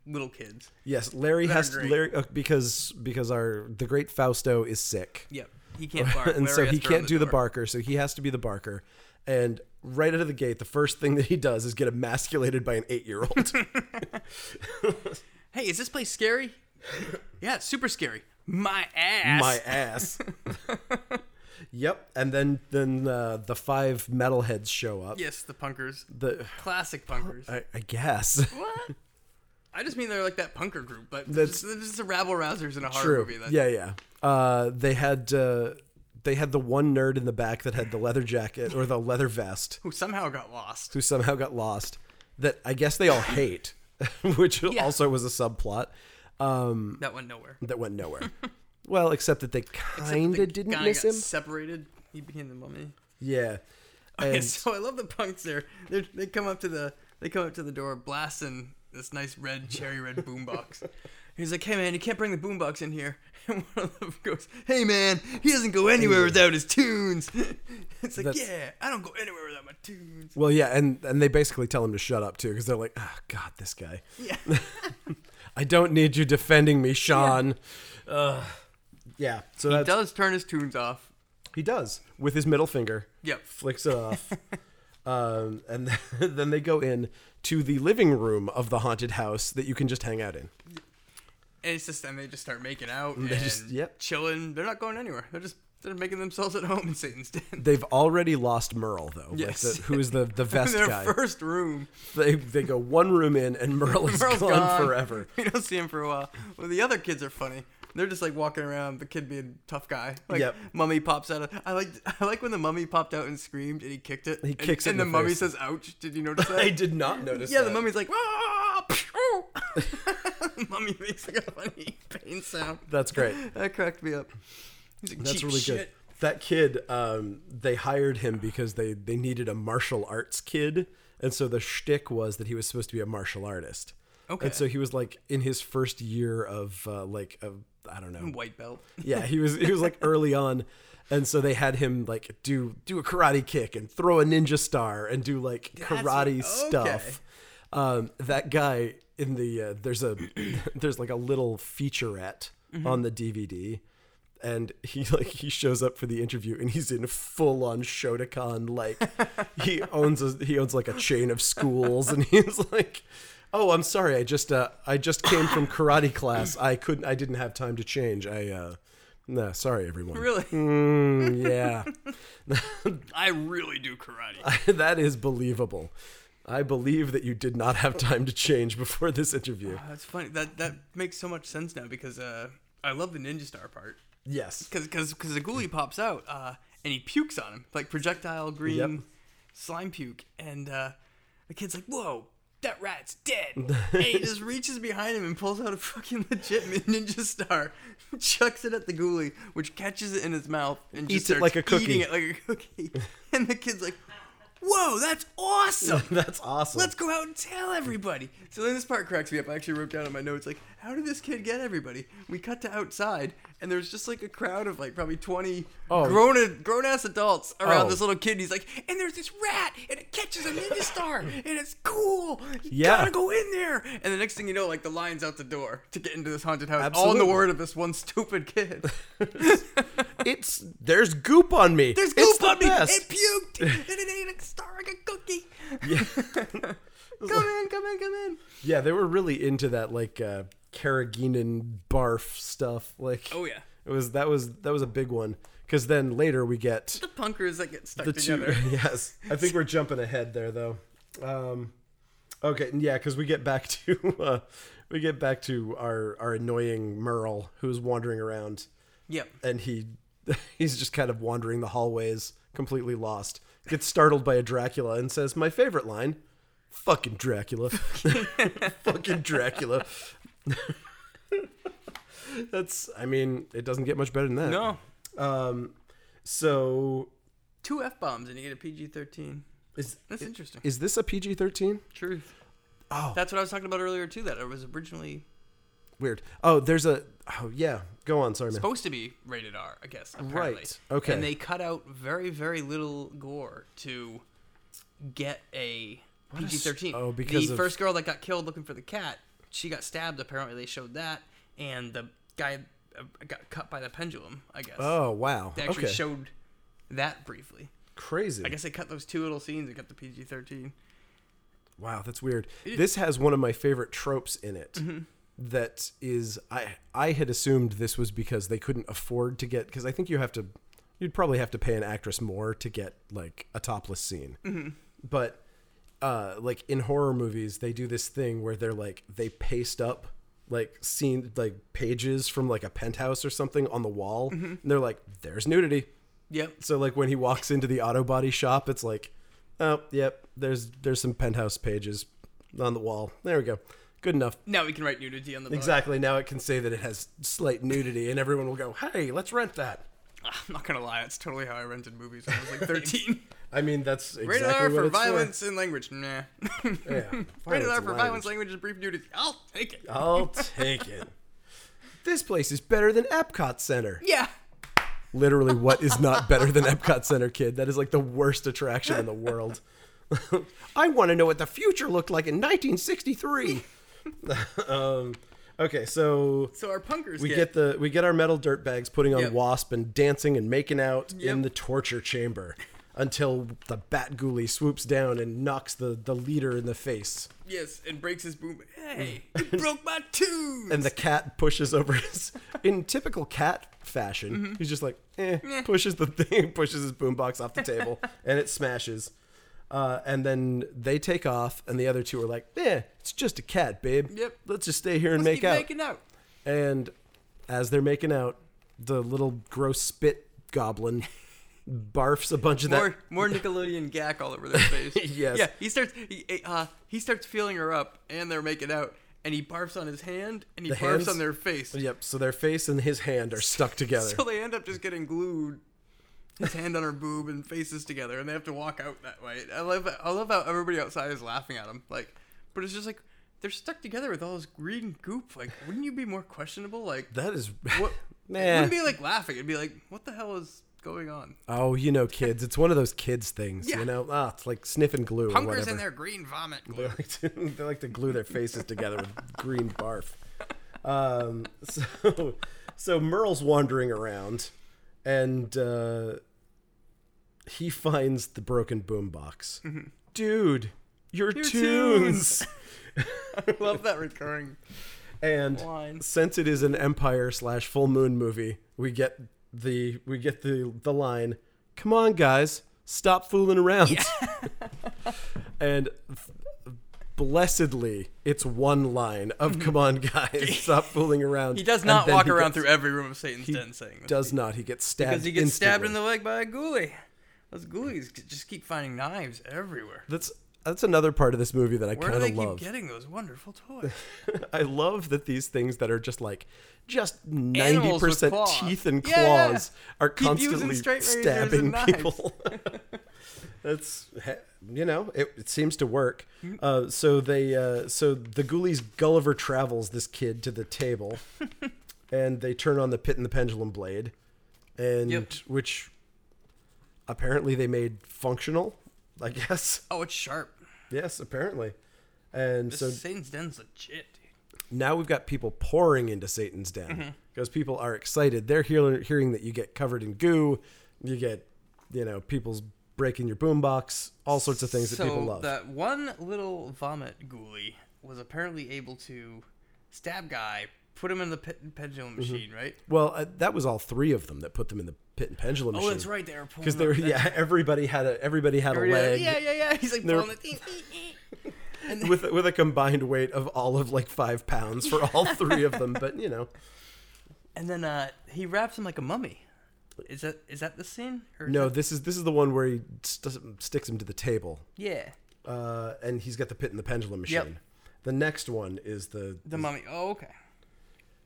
[SPEAKER 2] little kids.
[SPEAKER 1] Yes, Larry has to,
[SPEAKER 2] great.
[SPEAKER 1] Larry uh, because because our the great Fausto is sick,
[SPEAKER 2] Yep, he can't bark,
[SPEAKER 1] and
[SPEAKER 2] Larry
[SPEAKER 1] so
[SPEAKER 2] has
[SPEAKER 1] he
[SPEAKER 2] to run
[SPEAKER 1] can't do the
[SPEAKER 2] door.
[SPEAKER 1] barker, so he has to be the barker. And right out of the gate, the first thing that he does is get emasculated by an eight year old.
[SPEAKER 2] Hey, is this place scary? yeah, it's super scary. My ass.
[SPEAKER 1] My ass. yep, and then then uh, the five metalheads show up.
[SPEAKER 2] yes, the punkers,
[SPEAKER 1] The
[SPEAKER 2] classic punkers.
[SPEAKER 1] I, I guess.
[SPEAKER 2] what? I just mean they're like that punker group, but
[SPEAKER 1] That's-
[SPEAKER 2] that's just, just the rabble rousers in a horror movie. That,
[SPEAKER 1] yeah, yeah. Uh, they had uh, they had the one nerd in the back that had the leather jacket or the leather vest
[SPEAKER 2] Who somehow got lost.
[SPEAKER 1] who somehow got lost. That I guess they all hate, which also was a subplot um,
[SPEAKER 2] That went nowhere.
[SPEAKER 1] that went nowhere. well, except that they kind
[SPEAKER 2] The
[SPEAKER 1] of didn't
[SPEAKER 2] guy
[SPEAKER 1] miss
[SPEAKER 2] got
[SPEAKER 1] him.
[SPEAKER 2] Separated. He became the mummy.
[SPEAKER 1] Yeah.
[SPEAKER 2] Yeah,
[SPEAKER 1] And
[SPEAKER 2] so I love the punks there. They're, they come up to the they come up to the door blasting this nice red cherry red boombox. He's like, "Hey man, you can't bring the boombox in here." And one of them goes, "Hey man, he doesn't go anywhere without his tunes." It's like,
[SPEAKER 1] That's-
[SPEAKER 2] "Yeah, I don't go anywhere without my tunes."
[SPEAKER 1] well, yeah, and and they basically tell him to shut up too because they're like, oh, God, this guy.
[SPEAKER 2] Yeah,
[SPEAKER 1] I don't need you defending me, Sean. Yeah. yeah. So
[SPEAKER 2] he
[SPEAKER 1] that's,
[SPEAKER 2] does turn his tunes off.
[SPEAKER 1] he does with his middle finger.
[SPEAKER 2] Yep.
[SPEAKER 1] flicks it off. Um, and then they go in to the living room of the haunted house that you can just hang out in.
[SPEAKER 2] And it's just, and they just start making out and
[SPEAKER 1] They just- yep.
[SPEAKER 2] chilling. They're not going anywhere. They're just, they're making themselves at home in Satan's den.
[SPEAKER 1] They've already lost Merle though,
[SPEAKER 2] Yes.
[SPEAKER 1] like the, who is the the vest
[SPEAKER 2] Their
[SPEAKER 1] guy.
[SPEAKER 2] first room.
[SPEAKER 1] They they go one room in and Merle is
[SPEAKER 2] Merle's
[SPEAKER 1] gone,
[SPEAKER 2] gone.
[SPEAKER 1] forever.
[SPEAKER 2] We don't see him for a while. Well, the other kids are funny. They're just like walking around. The kid being tough guy. Like
[SPEAKER 1] Yep.
[SPEAKER 2] mummy pops out. Of, I like I like when the mummy popped out and screamed and he kicked it.
[SPEAKER 1] He
[SPEAKER 2] and,
[SPEAKER 1] kicks it
[SPEAKER 2] and
[SPEAKER 1] in
[SPEAKER 2] the,
[SPEAKER 1] the
[SPEAKER 2] mummy
[SPEAKER 1] face.
[SPEAKER 2] says, "Ouch!" Did you notice that?
[SPEAKER 1] I did not notice.
[SPEAKER 2] Yeah,
[SPEAKER 1] that.
[SPEAKER 2] the mummy's like, "Ah, psh, oh." The mummy makes like a funny pain sound.
[SPEAKER 1] That's great.
[SPEAKER 2] That cracked me up. He's like,
[SPEAKER 1] That's
[SPEAKER 2] "Cheap
[SPEAKER 1] really good.
[SPEAKER 2] shit."
[SPEAKER 1] That kid, um, they hired him because they they needed a martial arts kid, and so the shtick was that he was supposed to be a martial artist.
[SPEAKER 2] Okay.
[SPEAKER 1] And so he was like in his first year of uh, like of I don't know.
[SPEAKER 2] White belt.
[SPEAKER 1] Yeah, he was he was like early on, and so they had him like do do a karate kick and throw a ninja star and do like karate
[SPEAKER 2] okay.
[SPEAKER 1] stuff. Um, that guy in the uh, there's a there's like a little featurette on the DVD, and he like he shows up for the interview and he's in full on Shotokan like he owns a, he owns like a chain of schools and he's like. Oh, I'm sorry. I just uh, I just came from karate class. I couldn't. I didn't have time to change. I uh, no. Sorry, everyone.
[SPEAKER 2] Really,
[SPEAKER 1] Mm, yeah.
[SPEAKER 2] I really do karate.
[SPEAKER 1] that is believable. I believe that you did not have time to change before this interview.
[SPEAKER 2] That's funny. That that makes so much sense now because uh, I love the ninja star part
[SPEAKER 1] Yes.
[SPEAKER 2] because because the ghoulie pops out uh, and he pukes on him like projectile green
[SPEAKER 1] Yep.
[SPEAKER 2] slime puke and uh, the kid's like, "Whoa, that rat's dead!" and he just reaches behind him and pulls out a fucking legit ninja star, chucks it at the ghoulie, which catches it in his mouth and
[SPEAKER 1] Eats
[SPEAKER 2] just
[SPEAKER 1] it
[SPEAKER 2] starts
[SPEAKER 1] like a cookie.
[SPEAKER 2] eating it like a cookie. and the kid's like, "Whoa, that's awesome!"
[SPEAKER 1] That's awesome.
[SPEAKER 2] Let's go out and tell everybody. So then this part cracks me up. I actually wrote down in my notes like, how did this kid get everybody? We cut to outside, and there's just like a crowd of like probably 20
[SPEAKER 1] Oh.
[SPEAKER 2] grown grown ass adults around
[SPEAKER 1] Oh.
[SPEAKER 2] this little kid. And he's like, and there's this rat, and it catches a ninja star, and it's cool. You
[SPEAKER 1] Yeah.
[SPEAKER 2] gotta go in there. And the next thing you know, like the line's out the door to get into this haunted house, all in
[SPEAKER 1] Absolutely.
[SPEAKER 2] the word of this one stupid kid.
[SPEAKER 1] It's there's goop on me.
[SPEAKER 2] There's
[SPEAKER 1] It's
[SPEAKER 2] goop
[SPEAKER 1] the
[SPEAKER 2] on me.
[SPEAKER 1] best.
[SPEAKER 2] It puked, and it ate a star like a cookie. come in, come in, come in.
[SPEAKER 1] Yeah, they were really into that like uh Carrageenan barf stuff. Like
[SPEAKER 2] Oh yeah.
[SPEAKER 1] it was that was that was a big one. Cause then later we get
[SPEAKER 2] the punkers that get stuck
[SPEAKER 1] the
[SPEAKER 2] together.
[SPEAKER 1] two yes i think we're jumping ahead there though um okay yeah because we get back to uh we get back to our our annoying merle who's wandering around
[SPEAKER 2] Yep.
[SPEAKER 1] and he he's just kind of wandering the hallways completely lost gets startled by a dracula and says my favorite line fucking dracula fucking dracula that's i mean it doesn't get much better than that
[SPEAKER 2] No.
[SPEAKER 1] um so
[SPEAKER 2] Two F bombs and you get a PG 13.
[SPEAKER 1] is
[SPEAKER 2] That's interesting.
[SPEAKER 1] Is this a PG thirteen?
[SPEAKER 2] Truth.
[SPEAKER 1] Oh.
[SPEAKER 2] That's what I was talking about earlier, too, that it was originally
[SPEAKER 1] Weird. Oh, there's a. Oh yeah. Go on. Sorry, man.
[SPEAKER 2] supposed to be rated R, I guess, apparently.
[SPEAKER 1] Right. Okay.
[SPEAKER 2] And they cut out very, very little gore to get a PG 13.
[SPEAKER 1] oh, because
[SPEAKER 2] The
[SPEAKER 1] of-
[SPEAKER 2] first girl that got killed looking for the cat, she got stabbed, apparently, they showed that. And the guy uh, got cut by the pendulum, I guess.
[SPEAKER 1] oh wow.
[SPEAKER 2] they actually
[SPEAKER 1] Okay.
[SPEAKER 2] showed that briefly.
[SPEAKER 1] Crazy.
[SPEAKER 2] I guess they cut those two little scenes and got the PG 13.
[SPEAKER 1] Wow, that's weird. This has one of my favorite tropes in it. that is, I I had assumed this was because they couldn't afford to get because I think you have to, you'd probably have to pay an actress more to get like a topless scene. But uh, like in horror movies, they do this thing where they're like they paste up like scene like pages from like a penthouse or something on the wall, and they're like, "There's nudity."
[SPEAKER 2] Yep.
[SPEAKER 1] So like when he walks into the auto body shop, it's like, oh, yep, there's there's some penthouse pages on the wall. There we go. Good enough.
[SPEAKER 2] Now we can write nudity on the exactly.
[SPEAKER 1] Exactly. Now it can say that it has slight nudity, and everyone will go, "Hey, let's rent that."
[SPEAKER 2] Ah, I'm not gonna lie, it's totally how I rented movies when I was like 13.
[SPEAKER 1] I mean, that's
[SPEAKER 2] Rated
[SPEAKER 1] exactly
[SPEAKER 2] R
[SPEAKER 1] what
[SPEAKER 2] for
[SPEAKER 1] it's
[SPEAKER 2] violence and language. Nah.
[SPEAKER 1] For. Yeah,
[SPEAKER 2] Rated
[SPEAKER 1] Violence
[SPEAKER 2] R
[SPEAKER 1] and
[SPEAKER 2] for
[SPEAKER 1] language.
[SPEAKER 2] violence, language, and brief nudity. I'll take it.
[SPEAKER 1] I'll take it. This place is better than Epcot Center.
[SPEAKER 2] yeah.
[SPEAKER 1] Literally, what is not better than Epcot Center, kid? That is like the worst attraction in the world. I want to know what the future looked like in 1963. um, okay, so
[SPEAKER 2] So our punkers
[SPEAKER 1] we get the we get our metal dirt bags putting on
[SPEAKER 2] Yep.
[SPEAKER 1] wasp and dancing and making out
[SPEAKER 2] Yep.
[SPEAKER 1] in the torture chamber. until the bat ghoulie swoops down and knocks the, the leader in the face.
[SPEAKER 2] Yes, and breaks his boom. Hey, you broke my tooth.
[SPEAKER 1] And the cat pushes over his, in typical cat fashion,
[SPEAKER 2] Mm-hmm.
[SPEAKER 1] he's just like, eh, pushes the thing, pushes his boombox off the table, and it smashes. Uh, and then they take off, and the other two are like, eh, it's just a cat, babe.
[SPEAKER 2] Yep.
[SPEAKER 1] Let's just stay here and
[SPEAKER 2] Let's
[SPEAKER 1] make
[SPEAKER 2] keep
[SPEAKER 1] out.
[SPEAKER 2] making out.
[SPEAKER 1] And as they're making out, the little gross spit goblin barfs a bunch of that.
[SPEAKER 2] More, more Nickelodeon gack all over their face.
[SPEAKER 1] Yes.
[SPEAKER 2] Yeah. He starts. He, uh, he starts feeling her up, and they're making out, and he barfs on his hand, and he
[SPEAKER 1] The
[SPEAKER 2] barfs
[SPEAKER 1] hands?
[SPEAKER 2] on their face.
[SPEAKER 1] Yep. So their face and his hand are stuck together.
[SPEAKER 2] So they end up just getting glued. His hand on her boob and faces together, and they have to walk out that way. I love. I love how everybody outside is laughing at him. Like, but it's just like they're stuck together with all this green goop. Like, wouldn't you be more questionable? Like,
[SPEAKER 1] that is.
[SPEAKER 2] what? It
[SPEAKER 1] Nah.
[SPEAKER 2] wouldn't be like laughing. It'd be like, what the hell is going on?
[SPEAKER 1] Oh, you know, kids. It's one of those kids things.
[SPEAKER 2] Yeah.
[SPEAKER 1] You know, ah, it's like sniffing glue or
[SPEAKER 2] Punkers
[SPEAKER 1] whatever.
[SPEAKER 2] in their green vomit.
[SPEAKER 1] They like to they like to glue their faces together with green barf. Um, so so Merle's wandering around, and uh, he finds the broken boombox.
[SPEAKER 2] Mm-hmm.
[SPEAKER 1] Dude, your, tunes.
[SPEAKER 2] Love that recurring
[SPEAKER 1] And
[SPEAKER 2] line.
[SPEAKER 1] since it is an Empire slash Full Moon movie, we get the we get the the line, "Come on, guys, stop fooling around." and th- blessedly, it's one line of "Come on, guys, stop fooling around."
[SPEAKER 2] He does
[SPEAKER 1] And
[SPEAKER 2] not
[SPEAKER 1] then
[SPEAKER 2] walk
[SPEAKER 1] he
[SPEAKER 2] around
[SPEAKER 1] gets-
[SPEAKER 2] through every room of Satan's
[SPEAKER 1] He
[SPEAKER 2] Den saying this.
[SPEAKER 1] Does not. He gets stabbed
[SPEAKER 2] Because he gets stabbed in
[SPEAKER 1] instantly.
[SPEAKER 2] the leg by a ghoulie. Those ghoulies c- just keep finding knives everywhere.
[SPEAKER 1] That's that's another part of this movie that I
[SPEAKER 2] Where
[SPEAKER 1] kind
[SPEAKER 2] do they
[SPEAKER 1] of
[SPEAKER 2] keep
[SPEAKER 1] love.
[SPEAKER 2] getting those wonderful toys?
[SPEAKER 1] I love that these things that are just like just ninety
[SPEAKER 2] Animals with
[SPEAKER 1] percent
[SPEAKER 2] claws.
[SPEAKER 1] teeth and
[SPEAKER 2] Yeah, yeah.
[SPEAKER 1] claws are
[SPEAKER 2] Keep using
[SPEAKER 1] constantly
[SPEAKER 2] straight razors
[SPEAKER 1] stabbing
[SPEAKER 2] and knives.
[SPEAKER 1] people. That's you know it, it seems to work.
[SPEAKER 2] Mm-hmm.
[SPEAKER 1] Uh, so they uh, so the ghoulies Gulliver travels this kid to the table, and they turn on the pit and the pendulum blade, and
[SPEAKER 2] Yep.
[SPEAKER 1] which apparently they made functional. I guess
[SPEAKER 2] Oh, it's sharp.
[SPEAKER 1] yes, apparently, and
[SPEAKER 2] This
[SPEAKER 1] so
[SPEAKER 2] Satan's Den's legit, dude.
[SPEAKER 1] now we've got people pouring into Satan's den
[SPEAKER 2] Mm-hmm.
[SPEAKER 1] because people are excited. They're hear- hearing that you get covered in goo, you get, you know, people's breaking your boombox, all sorts of things
[SPEAKER 2] so
[SPEAKER 1] that people love.
[SPEAKER 2] that one little vomit ghoulie was apparently able to stab guy, put him in the pe- pendulum
[SPEAKER 1] Mm-hmm.
[SPEAKER 2] machine, right?
[SPEAKER 1] well, uh, that was all three of them that put them in the pit and pendulum
[SPEAKER 2] Oh,
[SPEAKER 1] machine.
[SPEAKER 2] that's right. They were pulling.
[SPEAKER 1] Because
[SPEAKER 2] the-
[SPEAKER 1] they were, yeah, everybody had a everybody had a
[SPEAKER 2] Yeah,
[SPEAKER 1] leg
[SPEAKER 2] Yeah, yeah, yeah. He's like
[SPEAKER 1] They're-
[SPEAKER 2] pulling it.
[SPEAKER 1] with with a combined weight of all of like five pounds for all three of them. But you know,
[SPEAKER 2] And then uh, he wraps him like a mummy. Is that is that the scene? Or is
[SPEAKER 1] no,
[SPEAKER 2] that-
[SPEAKER 1] this is this is the one where he st- sticks him to the table.
[SPEAKER 2] yeah,
[SPEAKER 1] uh, and he's got the pit and the pendulum machine.
[SPEAKER 2] Yep.
[SPEAKER 1] The next one is the
[SPEAKER 2] the mummy. Oh, okay.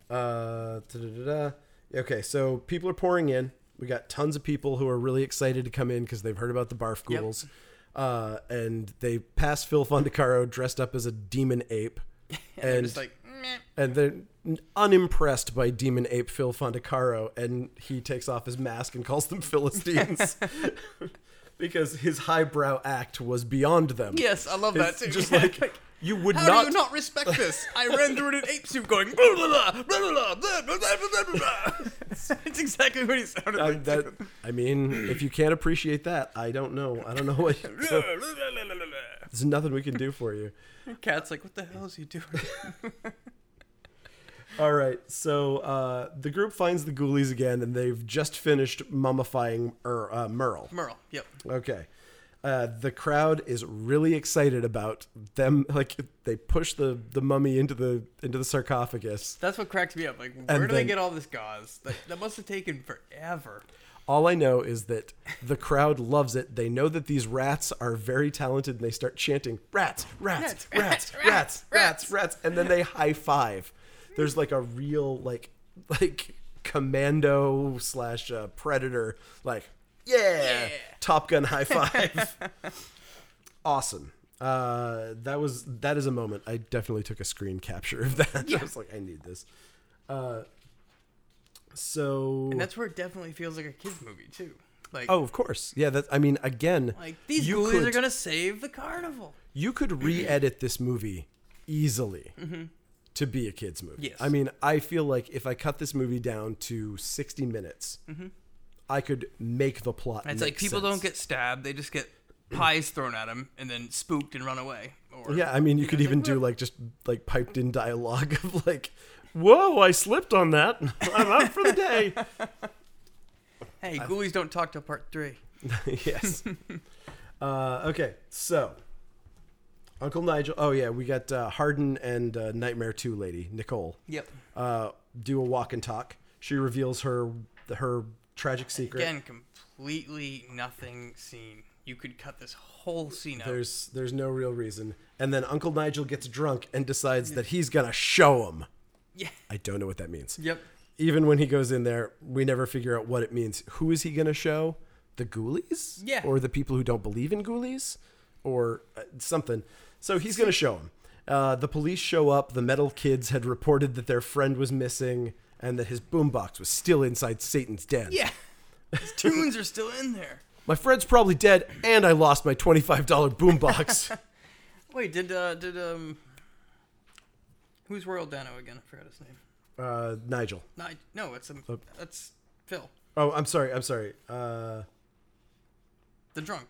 [SPEAKER 1] uh, da-da-da-da. okay. So people are pouring in. We got tons of people who are really excited to come in because they've heard about the barf
[SPEAKER 2] Yep.
[SPEAKER 1] ghouls, uh, and they pass Phil Fondacaro dressed up as a demon ape,
[SPEAKER 2] And, they're
[SPEAKER 1] and
[SPEAKER 2] just like, mm. meh.
[SPEAKER 1] and they're unimpressed by demon ape Phil Fondacaro, and he takes off his mask and calls them Philistines. Because his highbrow act was beyond them.
[SPEAKER 2] yes, I love that
[SPEAKER 1] It's
[SPEAKER 2] too.
[SPEAKER 1] just
[SPEAKER 2] Yeah,
[SPEAKER 1] like, you would
[SPEAKER 2] "Mm, how
[SPEAKER 1] not
[SPEAKER 2] do you not respect this? I ran through in an ape suit going, blah, blah, blah, blah, blah, blah, blah, blah, blah, blah, blah. That's exactly what he sounded
[SPEAKER 1] I,
[SPEAKER 2] like.
[SPEAKER 1] that,
[SPEAKER 2] too.
[SPEAKER 1] I mean, if you can't appreciate that, I don't know. I don't know what.
[SPEAKER 2] Blah, blah, blah, blah, blah, blah.
[SPEAKER 1] There's nothing we can do for you.
[SPEAKER 2] Cat's like, what the hell is he doing?
[SPEAKER 1] All right, so uh, the group finds the ghoulies again, and they've just finished mummifying er, uh, Merle.
[SPEAKER 2] Merle. Yep.
[SPEAKER 1] Okay. Uh, the crowd is really excited about them. Like they push the, the mummy into the into the sarcophagus.
[SPEAKER 2] That's what cracked me up. Like, where do they
[SPEAKER 1] then-
[SPEAKER 2] get all this gauze? Like, that must have taken forever.
[SPEAKER 1] All I know is that the crowd loves it. They know that these rats are very talented and they start chanting, rats, rats, rats,
[SPEAKER 2] Rats, rats,
[SPEAKER 1] rats, rats,
[SPEAKER 2] rats."
[SPEAKER 1] rats. And then they high five. There's like a real, like, like commando slash uh, predator, like, yeah,
[SPEAKER 2] Yeah.
[SPEAKER 1] Top Gun high five. awesome. Uh, that was that is a moment. I definitely took a screen capture of that. I was like, I need this. Uh, so
[SPEAKER 2] And that's where it definitely feels like a kids movie too. Like,
[SPEAKER 1] Oh, of course. Yeah, that I mean again,
[SPEAKER 2] like these
[SPEAKER 1] you
[SPEAKER 2] ghoulies
[SPEAKER 1] could,
[SPEAKER 2] are gonna save the carnival.
[SPEAKER 1] you could re-edit this movie easily to be a kids movie.
[SPEAKER 2] Mm-hmm. Yes.
[SPEAKER 1] I mean, I feel like if I cut this movie down to 60 minutes, I could make the plot.
[SPEAKER 2] Mm-hmm. It's
[SPEAKER 1] make
[SPEAKER 2] like people
[SPEAKER 1] sense.
[SPEAKER 2] don't get stabbed; they just get pies thrown at them and then spooked and run away. Or
[SPEAKER 1] Yeah, I mean, you could even do like just like piped in dialogue of like, "Whoa, I slipped on that. I'm out for the day."
[SPEAKER 2] hey, ghoulies don't talk till part three.
[SPEAKER 1] yes. Uh, okay, so Uncle Nigel. Oh yeah, we got uh, Harden and uh, Nightmare Two lady Nicole
[SPEAKER 2] Yep.
[SPEAKER 1] uh, do a walk and talk. She reveals her her tragic secret.
[SPEAKER 2] Again, completely nothing scene. You could cut this whole scene out.
[SPEAKER 1] There's there's no real reason. And then Uncle Nigel gets drunk and decides that he's gonna show him.
[SPEAKER 2] yeah.
[SPEAKER 1] I don't know what that means.
[SPEAKER 2] Yep.
[SPEAKER 1] Even when he goes in there, we never figure out what it means. Who is he gonna show? The ghoulies?
[SPEAKER 2] Yeah.
[SPEAKER 1] Or the people who don't believe in ghoulies? Or uh, something. So he's gonna show him. Uh, the police show up. The metal kids had reported that their friend was missing and that his boombox was still inside Satan's den.
[SPEAKER 2] Yeah. His tunes are still in there.
[SPEAKER 1] My friend's probably dead, and I lost my twenty-five dollar boombox.
[SPEAKER 2] Wait, did uh did um who's Royal Dano again? I forgot his name.
[SPEAKER 1] uh, Nigel.
[SPEAKER 2] No, I- no, it's um, that's Phil,
[SPEAKER 1] Oh, I'm sorry. I'm sorry. Uh,
[SPEAKER 2] the drunk.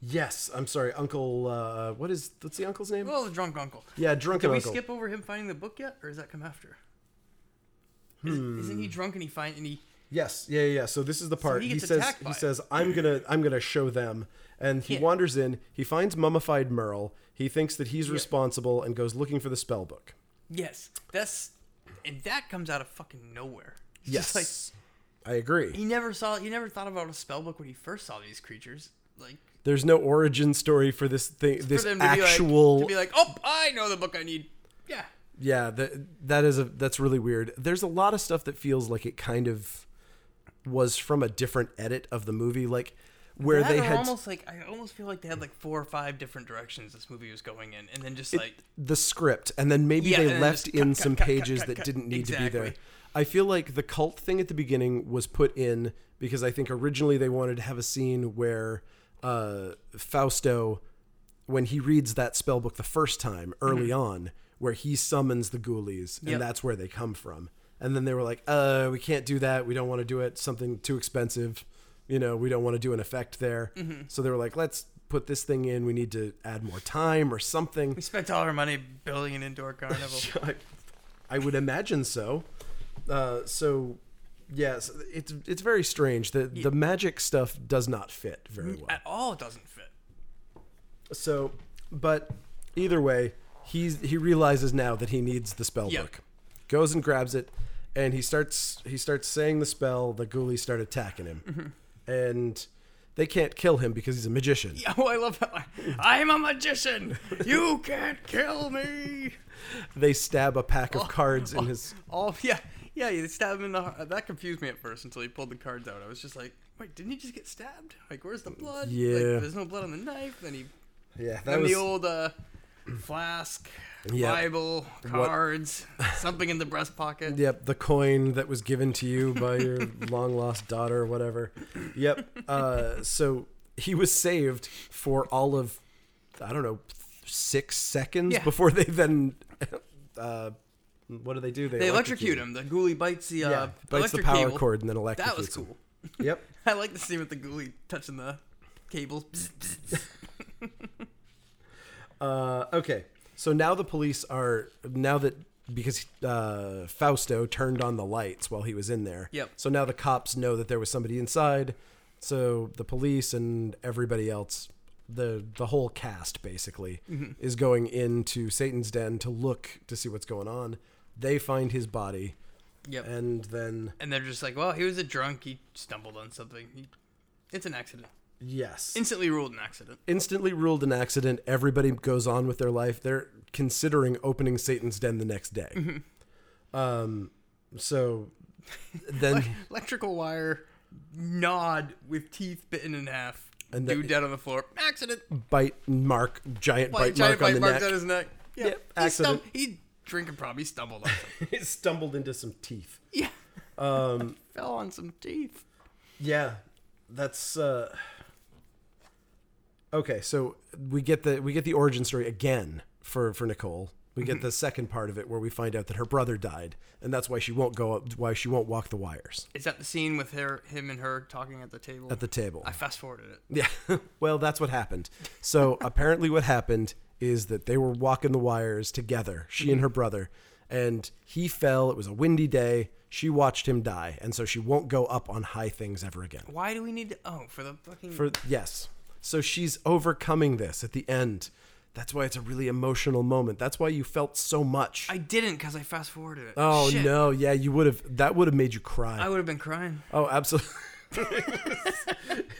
[SPEAKER 1] yes, I'm sorry. Uncle, uh, what is, what's the uncle's name?
[SPEAKER 2] Well, the drunk uncle.
[SPEAKER 1] yeah, drunken
[SPEAKER 2] Did we
[SPEAKER 1] uncle.
[SPEAKER 2] skip over him finding the book yet, or does that come after?
[SPEAKER 1] Hmm.
[SPEAKER 2] Isn't, isn't he drunk and he find and he?
[SPEAKER 1] Yes, yeah, yeah. yeah. So this is the part
[SPEAKER 2] he
[SPEAKER 1] he,
[SPEAKER 2] gets
[SPEAKER 1] says.
[SPEAKER 2] attacked by
[SPEAKER 1] He
[SPEAKER 2] it.
[SPEAKER 1] says, "I'm gonna, I'm gonna show them." And he
[SPEAKER 2] Yeah.
[SPEAKER 1] wanders in. He finds mummified Merle. He thinks that he's responsible and goes looking for the spell book.
[SPEAKER 2] Yes, that's and that comes out of fucking nowhere. It's
[SPEAKER 1] Yes,
[SPEAKER 2] just like
[SPEAKER 1] I agree.
[SPEAKER 2] he never saw, he never thought about a spell book when he first saw these creatures. Like
[SPEAKER 1] There's no origin story for this thing.
[SPEAKER 2] for
[SPEAKER 1] This
[SPEAKER 2] them to
[SPEAKER 1] actual
[SPEAKER 2] be, like, to be like, oh, I know the book I need. Yeah,
[SPEAKER 1] yeah that that is a that's really weird there's a lot of stuff that feels like it kind of was from a different edit of the movie like where
[SPEAKER 2] That
[SPEAKER 1] they
[SPEAKER 2] or
[SPEAKER 1] had
[SPEAKER 2] almost like I almost feel like they had like four or five different directions this movie was going in, and then just like
[SPEAKER 1] the script and then maybe
[SPEAKER 2] Yeah, and
[SPEAKER 1] they
[SPEAKER 2] then
[SPEAKER 1] left
[SPEAKER 2] just cut,
[SPEAKER 1] in
[SPEAKER 2] cut,
[SPEAKER 1] some
[SPEAKER 2] cut, cut,
[SPEAKER 1] pages
[SPEAKER 2] cut,
[SPEAKER 1] that
[SPEAKER 2] cut.
[SPEAKER 1] didn't need to be there
[SPEAKER 2] Exactly.
[SPEAKER 1] i feel like the cult thing at the beginning was put in because i think originally they wanted to have a scene where uh, fausto when he reads that spell book the first time early on where he summons the ghoulies and
[SPEAKER 2] Mm-hmm. Yep.
[SPEAKER 1] that's where they come from and then they were like uh we can't do that we don't want to do it something too expensive you know we don't want to do an effect there
[SPEAKER 2] Mm-hmm.
[SPEAKER 1] so they were like let's put this thing in we need to add more time or something
[SPEAKER 2] we spent all our money building an indoor carnival.
[SPEAKER 1] I, I would imagine so. Uh, so, yes, it's it's very strange. The the magic stuff does not fit very well.
[SPEAKER 2] At all, it doesn't fit. uh,
[SPEAKER 1] So, but either way, he's he realizes now that he needs the spell
[SPEAKER 2] Yeah.
[SPEAKER 1] book. Goes and grabs it, and he starts he starts saying the spell. The ghoulies start attacking him,
[SPEAKER 2] Mm-hmm.
[SPEAKER 1] and they can't kill him because he's a magician.
[SPEAKER 2] Oh, I love that line. I'm a magician. You can't kill me.
[SPEAKER 1] They stab a pack of cards in his
[SPEAKER 2] Oh yeah, yeah. You stab him in the heart. That confused me at first until he pulled the cards out. I was just like, wait, didn't he just get stabbed? Like, where's the blood?
[SPEAKER 1] Yeah.
[SPEAKER 2] Like, there's no blood on the knife. Then he,
[SPEAKER 1] yeah. That
[SPEAKER 2] then
[SPEAKER 1] was
[SPEAKER 2] the old uh, flask,
[SPEAKER 1] Yeah.
[SPEAKER 2] Bible, cards, something in the breast pocket.
[SPEAKER 1] Yep, the coin that was given to you by your long lost daughter, or whatever. Yep. Uh, so he was saved for all of, I don't know, six seconds
[SPEAKER 2] Yeah.
[SPEAKER 1] before they then. Uh, what do they do?
[SPEAKER 2] They electrocute him. The ghoulie bites the uh,
[SPEAKER 1] Yeah, bites the
[SPEAKER 2] electric
[SPEAKER 1] power
[SPEAKER 2] cable.
[SPEAKER 1] cord and then electrocutes
[SPEAKER 2] That was
[SPEAKER 1] him.
[SPEAKER 2] cool.
[SPEAKER 1] Yep.
[SPEAKER 2] I like the scene with the ghoulie touching the cable.
[SPEAKER 1] Uh, okay. So now the police are now that because uh, Fausto turned on the lights while he was in there.
[SPEAKER 2] Yep.
[SPEAKER 1] So now the cops know that there was somebody inside. So the police and everybody else, the the whole cast basically, is going into Satan's den to look to see what's going on. They find his body,
[SPEAKER 2] yep.
[SPEAKER 1] and then
[SPEAKER 2] and they're just like, well, he was a drunk. He stumbled on something. He, it's an accident.
[SPEAKER 1] yes,
[SPEAKER 2] Instantly ruled an accident.
[SPEAKER 1] instantly ruled an accident. Everybody goes on with their life. They're considering opening Satan's Den the next day. Um,
[SPEAKER 2] Mm-hmm.
[SPEAKER 1] so then
[SPEAKER 2] Electrical wire, gnawed with teeth bitten in half.
[SPEAKER 1] And
[SPEAKER 2] dude
[SPEAKER 1] the-
[SPEAKER 2] dead on the floor. Accident.
[SPEAKER 1] bite mark, giant
[SPEAKER 2] Like,
[SPEAKER 1] bite mark
[SPEAKER 2] giant bite
[SPEAKER 1] on the
[SPEAKER 2] marks on
[SPEAKER 1] neck.
[SPEAKER 2] his neck. Yeah.
[SPEAKER 1] Yep,
[SPEAKER 2] he stum-
[SPEAKER 1] accident.
[SPEAKER 2] he drinking probably stumbled on. Something.
[SPEAKER 1] It stumbled into some teeth.
[SPEAKER 2] yeah. Um. Fell on some teeth.
[SPEAKER 1] Yeah, that's uh. Okay, so we get the we get the origin story again for for Nicole We
[SPEAKER 2] Mm-hmm.
[SPEAKER 1] get the second part of it where we find out that her brother died, and that's why she won't go up, why she won't walk the wires
[SPEAKER 2] Is that the scene with her, him and her talking at the table?
[SPEAKER 1] at the table.
[SPEAKER 2] I fast forwarded it.
[SPEAKER 1] Yeah. well, that's what happened. So apparently, what happened is that they were walking the wires together, she
[SPEAKER 2] Mm-hmm.
[SPEAKER 1] and her brother, and he fell. It was a windy day. She watched him die, and so she won't go up on high things ever again.
[SPEAKER 2] Why do we need to? Oh, for the fucking.
[SPEAKER 1] For yes. So she's overcoming this at the end. That's why it's a really emotional moment. That's why you felt so much.
[SPEAKER 2] I didn't because I fast forwarded it.
[SPEAKER 1] oh
[SPEAKER 2] Shit.
[SPEAKER 1] no, yeah, you would have that would have made you cry.
[SPEAKER 2] I would have been crying.
[SPEAKER 1] oh, absolutely.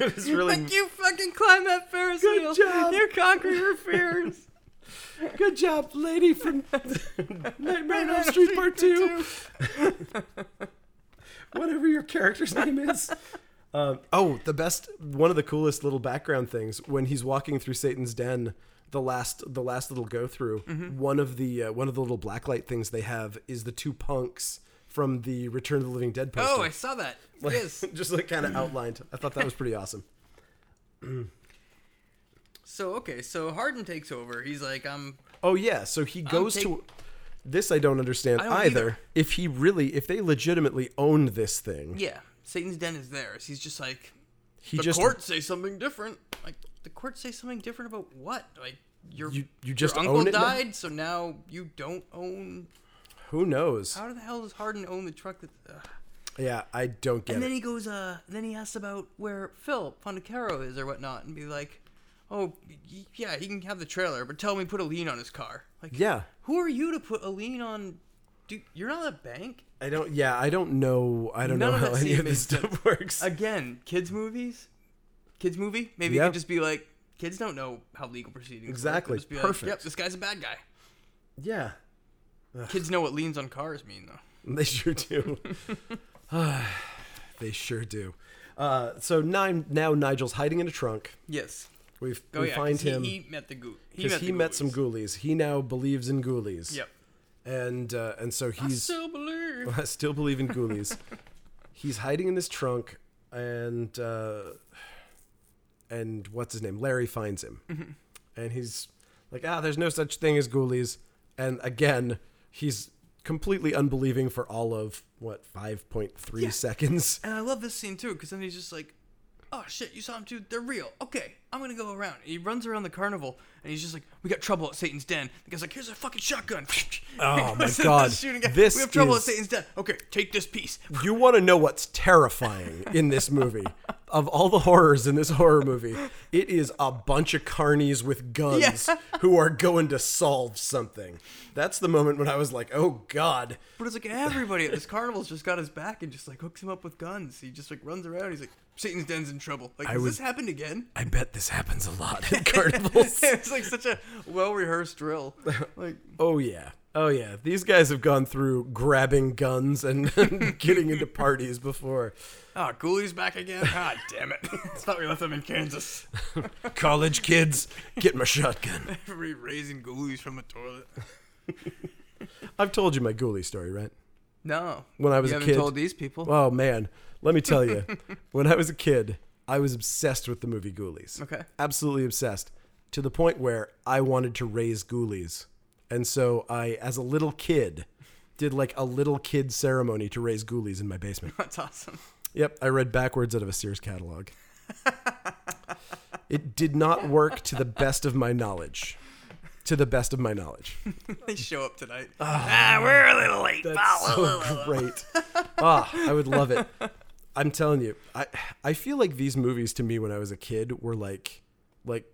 [SPEAKER 1] it was really
[SPEAKER 2] Like you fucking climb that Ferris wheel.
[SPEAKER 1] job.
[SPEAKER 2] You're conquering your fears.
[SPEAKER 1] Good job, lady from Nightmare on Elm Street Part Two. Whatever your character's name is. Um, oh, the best, one of the coolest little background things when he's walking through Satan's den. The last, the last little go through.
[SPEAKER 2] Mm-hmm.
[SPEAKER 1] One of the uh, one of the little blacklight things they have is the two punks from the Return of the Living Dead poster.
[SPEAKER 2] Oh, I saw that. Yes.
[SPEAKER 1] just like kind of outlined. I thought that was pretty awesome.
[SPEAKER 2] So okay, so Harden takes over. He's like, um, I'm.
[SPEAKER 1] Oh yeah, so he goes
[SPEAKER 2] take-
[SPEAKER 1] to this I don't understand
[SPEAKER 2] I don't
[SPEAKER 1] either.
[SPEAKER 2] either.
[SPEAKER 1] If he really if they legitimately owned this thing,
[SPEAKER 2] Yeah, Satan's den is theirs. He's just like,
[SPEAKER 1] he
[SPEAKER 2] the
[SPEAKER 1] just
[SPEAKER 2] courts say something different. Like the courts say something different about what? Like your
[SPEAKER 1] You- you just
[SPEAKER 2] your uncle
[SPEAKER 1] own it now?
[SPEAKER 2] died, so now you don't own.
[SPEAKER 1] who knows.
[SPEAKER 2] How the hell does Harden own the truck? That, uh,
[SPEAKER 1] yeah, I don't get
[SPEAKER 2] and
[SPEAKER 1] it.
[SPEAKER 2] then he goes. Uh, and then he asks about where Phil Fontecaro is or whatnot, and be like, oh y- yeah, he can have the trailer, but tell him we put a lien on his car. Like
[SPEAKER 1] yeah.
[SPEAKER 2] who are you to put a lien on? Dude, you're not a bank.
[SPEAKER 1] I don't yeah, I don't know I don't
[SPEAKER 2] None
[SPEAKER 1] know
[SPEAKER 2] of
[SPEAKER 1] how
[SPEAKER 2] that
[SPEAKER 1] any
[SPEAKER 2] scene
[SPEAKER 1] of this
[SPEAKER 2] makes
[SPEAKER 1] stuff works.
[SPEAKER 2] Again, kids movies, kids movie. Maybe
[SPEAKER 1] Yeah.
[SPEAKER 2] it could just be like kids don't know how legal proceedings. work.
[SPEAKER 1] Exactly.
[SPEAKER 2] They'll Just be
[SPEAKER 1] Perfect.
[SPEAKER 2] Like, yep, this guy's a bad guy.
[SPEAKER 1] yeah.
[SPEAKER 2] Kids know what liens on cars mean though.
[SPEAKER 1] They sure do. they sure do. Uh, so nine now Nigel's hiding in a trunk.
[SPEAKER 2] Yes.
[SPEAKER 1] We've
[SPEAKER 2] Oh
[SPEAKER 1] we
[SPEAKER 2] yeah. 'cause
[SPEAKER 1] find
[SPEAKER 2] he,
[SPEAKER 1] him
[SPEAKER 2] He met the goo.
[SPEAKER 1] because he,
[SPEAKER 2] the
[SPEAKER 1] met some
[SPEAKER 2] ghoulies.
[SPEAKER 1] ghoulies. He now believes in ghoulies.
[SPEAKER 2] Yep.
[SPEAKER 1] And uh, and so he's
[SPEAKER 2] Still believe.
[SPEAKER 1] I still believe in ghoulies. He's hiding in this trunk, and uh, and what's his name? Larry finds him, and he's like, "Ah, there's no such thing as ghoulies." And again, he's completely unbelieving for all of what five point three seconds.
[SPEAKER 2] And I love this scene too because then he's just like, "Oh shit, you saw him too. They're real. Okay, I'm gonna go around." And he runs around the carnival and he's just like, "We got trouble at Satan's den." The guy's like, "Here's a fucking shotgun."
[SPEAKER 1] Oh, my
[SPEAKER 2] He's
[SPEAKER 1] God.
[SPEAKER 2] shooting at-
[SPEAKER 1] This
[SPEAKER 2] we have trouble
[SPEAKER 1] is-
[SPEAKER 2] at Satan's den. Okay, take this piece.
[SPEAKER 1] You want to know what's terrifying in this movie? of all the horrors in this horror movie, it is a bunch of carnies with guns
[SPEAKER 2] Yeah.
[SPEAKER 1] who are going to solve something. That's the moment when I was like, "Oh God."
[SPEAKER 2] But it's like everybody at this carnival's just got his back and just like hooks him up with guns. He just like runs around. He's like, "Satan's den's in trouble." Like, has
[SPEAKER 1] was-
[SPEAKER 2] this happened again?
[SPEAKER 1] I bet this happens a lot at carnivals.
[SPEAKER 2] it's like such a well rehearsed drill. Like,
[SPEAKER 1] oh yeah. Oh yeah. These guys have gone through grabbing guns and getting into parties before.
[SPEAKER 2] ah, Ghoulies back again. Ah, damn it! it's thought we left them in Kansas.
[SPEAKER 1] College kids, get my shotgun.
[SPEAKER 2] Re raising ghoulies from a toilet.
[SPEAKER 1] I've told you my ghoulie story, right?
[SPEAKER 2] No.
[SPEAKER 1] When I was
[SPEAKER 2] you
[SPEAKER 1] a
[SPEAKER 2] haven't
[SPEAKER 1] kid.
[SPEAKER 2] told these people.
[SPEAKER 1] Oh man, let me tell you. when I was a kid, I was obsessed with the movie Ghoulies.
[SPEAKER 2] Okay.
[SPEAKER 1] Absolutely obsessed to the point where I wanted to raise ghoulies. And so I as a little kid did like a little kid ceremony to raise ghoulies in my basement.
[SPEAKER 2] That's awesome.
[SPEAKER 1] Yep, I read backwards out of a Sears catalog. it did not work to the best of my knowledge. To the best of my knowledge.
[SPEAKER 2] they show up tonight. ah, we're a little late. Bow, wow, wow,
[SPEAKER 1] So
[SPEAKER 2] wow.
[SPEAKER 1] great. Ah, I would love it. I'm telling you, I I feel like these movies to me when I was a kid were like like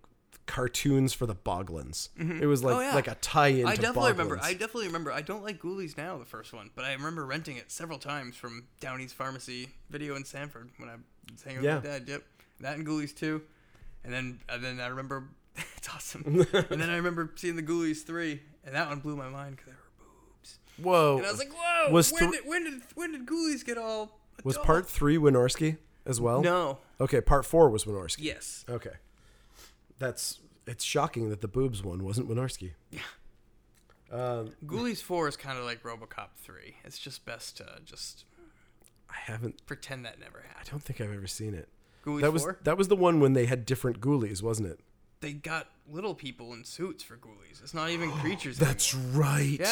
[SPEAKER 1] cartoons for the Boglins. It was like
[SPEAKER 2] Oh, yeah.
[SPEAKER 1] like a tie-in
[SPEAKER 2] I
[SPEAKER 1] to
[SPEAKER 2] definitely
[SPEAKER 1] Boglins.
[SPEAKER 2] remember. I definitely remember. I don't like Ghoulies now, the first one, but I remember renting it several times from Downey's Pharmacy video in Sanford when I was hanging
[SPEAKER 1] Yeah.
[SPEAKER 2] with my dad. Yep, that and Ghoulies two, and then and then I remember. it's awesome. and then I remember seeing the Ghoulies three, and that one blew my mind because there were boobs,
[SPEAKER 1] Whoa.
[SPEAKER 2] and I was like, "Whoa!
[SPEAKER 1] Was thr-
[SPEAKER 2] when, did, when did when did Ghoulies get all?"
[SPEAKER 1] was
[SPEAKER 2] adult?
[SPEAKER 1] part 3 Winorski as well?
[SPEAKER 2] no?
[SPEAKER 1] Okay, part 4 was Winorski.
[SPEAKER 2] Yes.
[SPEAKER 1] Okay. That's it's shocking that the boobs one wasn't Winarski.
[SPEAKER 2] Ghoulies 4 is kind of like RoboCop 3. It's just best to just
[SPEAKER 1] I haven't
[SPEAKER 2] pretend that never happened.
[SPEAKER 1] I don't think I've ever seen it.
[SPEAKER 2] Ghoulies
[SPEAKER 1] That was
[SPEAKER 2] 4?
[SPEAKER 1] that was the one when they had different ghoulies, wasn't it?
[SPEAKER 2] they got little people in suits for ghoulies. It's not even creatures.
[SPEAKER 1] That's right.
[SPEAKER 2] anymore.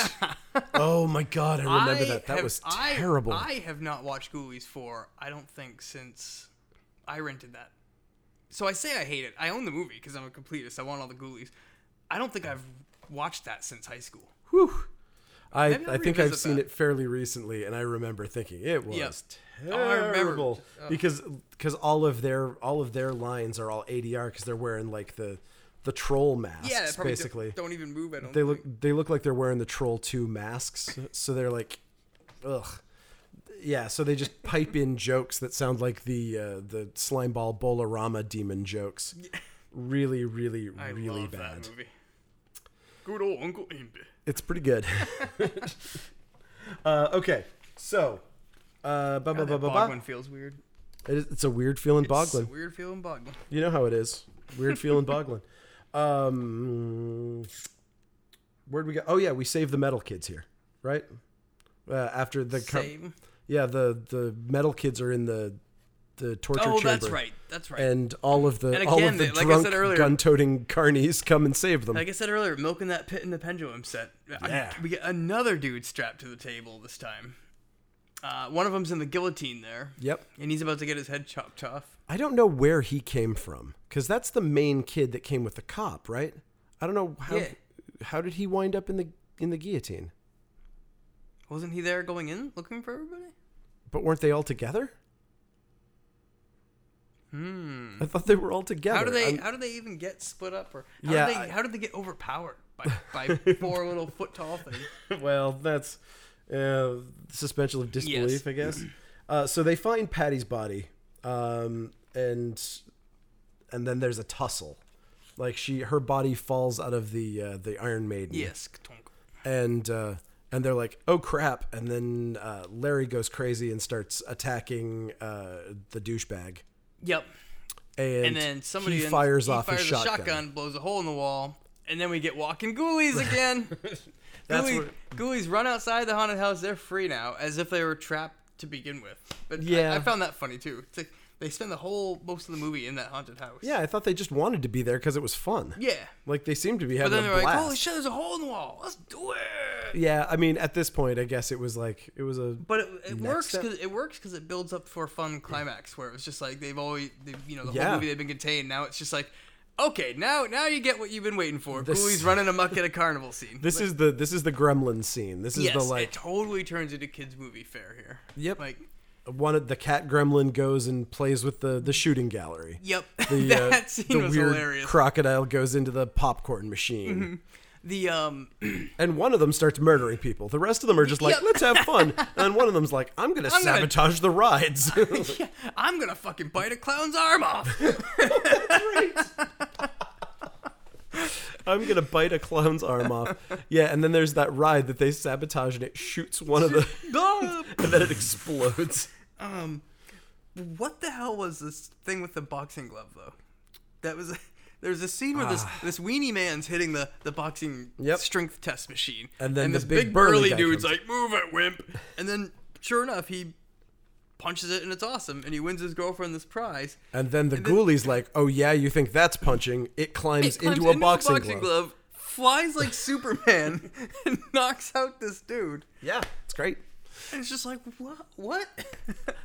[SPEAKER 2] yeah.
[SPEAKER 1] Oh my god, I remember
[SPEAKER 2] I
[SPEAKER 1] that. That
[SPEAKER 2] have-
[SPEAKER 1] was
[SPEAKER 2] I-
[SPEAKER 1] terrible.
[SPEAKER 2] I, have not watched Ghoulies 4, I don't think, since I rented that. So I say I hate it. I own the movie because I'm a completist. I want all the Ghoulies. I don't think I've watched that since high school.
[SPEAKER 1] Whew. I,
[SPEAKER 2] Maybe I'll
[SPEAKER 1] I think I've
[SPEAKER 2] revisit
[SPEAKER 1] seen
[SPEAKER 2] that.
[SPEAKER 1] it fairly recently, and I remember thinking it was
[SPEAKER 2] Oh, I remember.
[SPEAKER 1] terrible
[SPEAKER 2] Ugh.
[SPEAKER 1] because because all of their all of their lines are all ADR because they're wearing like the the troll masks
[SPEAKER 2] Yeah, they probably
[SPEAKER 1] basically.
[SPEAKER 2] Don't, don't even move. I don't
[SPEAKER 1] They
[SPEAKER 2] think.
[SPEAKER 1] look they look like they're wearing the troll two masks, so they're like, ugh, yeah. So they just pipe in jokes that sound like the uh, the slime ball bolorama demon jokes. Really, really,
[SPEAKER 2] I
[SPEAKER 1] really
[SPEAKER 2] love
[SPEAKER 1] bad.
[SPEAKER 2] that movie. Good old Uncle Imbe.
[SPEAKER 1] It's pretty good. uh, okay, so uh, ba ba ba ba ba.
[SPEAKER 2] Bogwin feels weird.
[SPEAKER 1] It is- It's a weird feeling,
[SPEAKER 2] It's a
[SPEAKER 1] Boglin.
[SPEAKER 2] weird feeling Bogwin.
[SPEAKER 1] You know how it is. Weird feeling, Boglin. Um, where'd we go? Oh yeah, we saved the metal kids here, right? Uh, after the co-
[SPEAKER 2] Same.
[SPEAKER 1] yeah, the the metal kids are in the the torture
[SPEAKER 2] Oh,
[SPEAKER 1] chamber.
[SPEAKER 2] that's right. That's right.
[SPEAKER 1] And all of the
[SPEAKER 2] And
[SPEAKER 1] all
[SPEAKER 2] again,
[SPEAKER 1] of the
[SPEAKER 2] like I said
[SPEAKER 1] drunk
[SPEAKER 2] earlier-
[SPEAKER 1] gun-toting carnies come and save them.
[SPEAKER 2] Like I said earlier, milking that pit in the pendulum set. I-
[SPEAKER 1] um, Yeah.
[SPEAKER 2] we get another dude strapped to the table this time. Uh, one of them's in the guillotine there,
[SPEAKER 1] yep.
[SPEAKER 2] and he's about to get his head chopped off.
[SPEAKER 1] I don't know where he came from because that's the main kid that came with the cop, right? I don't know how
[SPEAKER 2] Yeah.
[SPEAKER 1] how did he wind up in the in the guillotine?
[SPEAKER 2] Wasn't he there going in looking for everybody?
[SPEAKER 1] But weren't they all together? Hmm. I thought they were all together.
[SPEAKER 2] How do they?
[SPEAKER 1] I'm-
[SPEAKER 2] how do they even get split up? Or how
[SPEAKER 1] Yeah,
[SPEAKER 2] Did they,
[SPEAKER 1] I-
[SPEAKER 2] how did they get overpowered by, by four little foot tall things?
[SPEAKER 1] well, that's uh, suspension of disbelief,
[SPEAKER 2] Yes.
[SPEAKER 1] I guess. Uh, so they find Patty's body, um, and and then there's a tussle. Like she, her body falls out of the uh, the Iron Maiden.
[SPEAKER 2] Yes, Katonk.
[SPEAKER 1] and uh, and they're like, "Oh crap!" And then uh, Larry goes crazy and starts attacking uh, the douchebag.
[SPEAKER 2] Yep.
[SPEAKER 1] And,
[SPEAKER 2] And then somebody
[SPEAKER 1] he
[SPEAKER 2] in-
[SPEAKER 1] fires
[SPEAKER 2] he
[SPEAKER 1] off
[SPEAKER 2] fires
[SPEAKER 1] his
[SPEAKER 2] a
[SPEAKER 1] shotgun.
[SPEAKER 2] blows a hole in the wall, and then we get walking ghoulies again.
[SPEAKER 1] That's
[SPEAKER 2] Ghoulie-
[SPEAKER 1] what-
[SPEAKER 2] ghoulies run outside the haunted house. They're free now, as if they were trapped to begin with. But I-
[SPEAKER 1] Yeah.
[SPEAKER 2] I, found that funny too. It's like they spend the whole most of the movie in that haunted house.
[SPEAKER 1] Yeah, I thought they just wanted to be there because it was fun.
[SPEAKER 2] Yeah.
[SPEAKER 1] Like they seem to be
[SPEAKER 2] But
[SPEAKER 1] having
[SPEAKER 2] then
[SPEAKER 1] a
[SPEAKER 2] they're
[SPEAKER 1] blast.
[SPEAKER 2] like, "Holy shit! There's a hole in the wall. Let's do it."
[SPEAKER 1] Yeah, I mean, at this point, I guess it was like it was a
[SPEAKER 2] But it, it
[SPEAKER 1] Next
[SPEAKER 2] works
[SPEAKER 1] step.
[SPEAKER 2] because it works 'cause it builds up for a fun climax where it was just like they've always they've, you know the
[SPEAKER 1] Yeah.
[SPEAKER 2] whole movie they've been contained. Now it's just like okay now now you get what you've been waiting for.
[SPEAKER 1] This-
[SPEAKER 2] Ghoulies running amok at a carnival scene.
[SPEAKER 1] this is the this is the gremlin scene. This is
[SPEAKER 2] yes,
[SPEAKER 1] the like
[SPEAKER 2] it totally turns into kids movie fair here.
[SPEAKER 1] Yep.
[SPEAKER 2] Like
[SPEAKER 1] one of the cat gremlin goes and plays with the the shooting gallery.
[SPEAKER 2] yep.
[SPEAKER 1] The, uh,
[SPEAKER 2] that scene
[SPEAKER 1] the
[SPEAKER 2] was
[SPEAKER 1] weird
[SPEAKER 2] hilarious. Mm-hmm.
[SPEAKER 1] crocodile goes into the popcorn machine.
[SPEAKER 2] the um
[SPEAKER 1] And one of them starts murdering people. The rest of them are just like,
[SPEAKER 2] Yep.
[SPEAKER 1] let's have fun. And one of them's like, I'm going to
[SPEAKER 2] gonna-
[SPEAKER 1] sabotage the rides.
[SPEAKER 2] yeah, I'm gonna fucking bite a clown's arm off.
[SPEAKER 1] I'm going to bite a clown's arm off. Yeah, and then there's that ride that they sabotage and it shoots one of the.
[SPEAKER 2] Ah!
[SPEAKER 1] and then it explodes.
[SPEAKER 2] What the hell was this thing with the boxing glove though? That was there's a scene where this this weenie man's hitting the the boxing
[SPEAKER 1] Ah. Yep.
[SPEAKER 2] strength test machine,
[SPEAKER 1] And then the
[SPEAKER 2] this
[SPEAKER 1] big
[SPEAKER 2] big,
[SPEAKER 1] burly
[SPEAKER 2] burly
[SPEAKER 1] guy
[SPEAKER 2] dude's
[SPEAKER 1] comes.
[SPEAKER 2] like, "Move it, wimp!" And then, sure enough, he punches it, and it's awesome, and he wins his girlfriend this prize.
[SPEAKER 1] And then the ghoulie's like, oh, yeah, you think that's punching? It climbs,
[SPEAKER 2] It climbs
[SPEAKER 1] into a boxing, glove.
[SPEAKER 2] flies like Superman, and knocks out this dude.
[SPEAKER 1] Yeah, it's great.
[SPEAKER 2] And it's just like, what? What?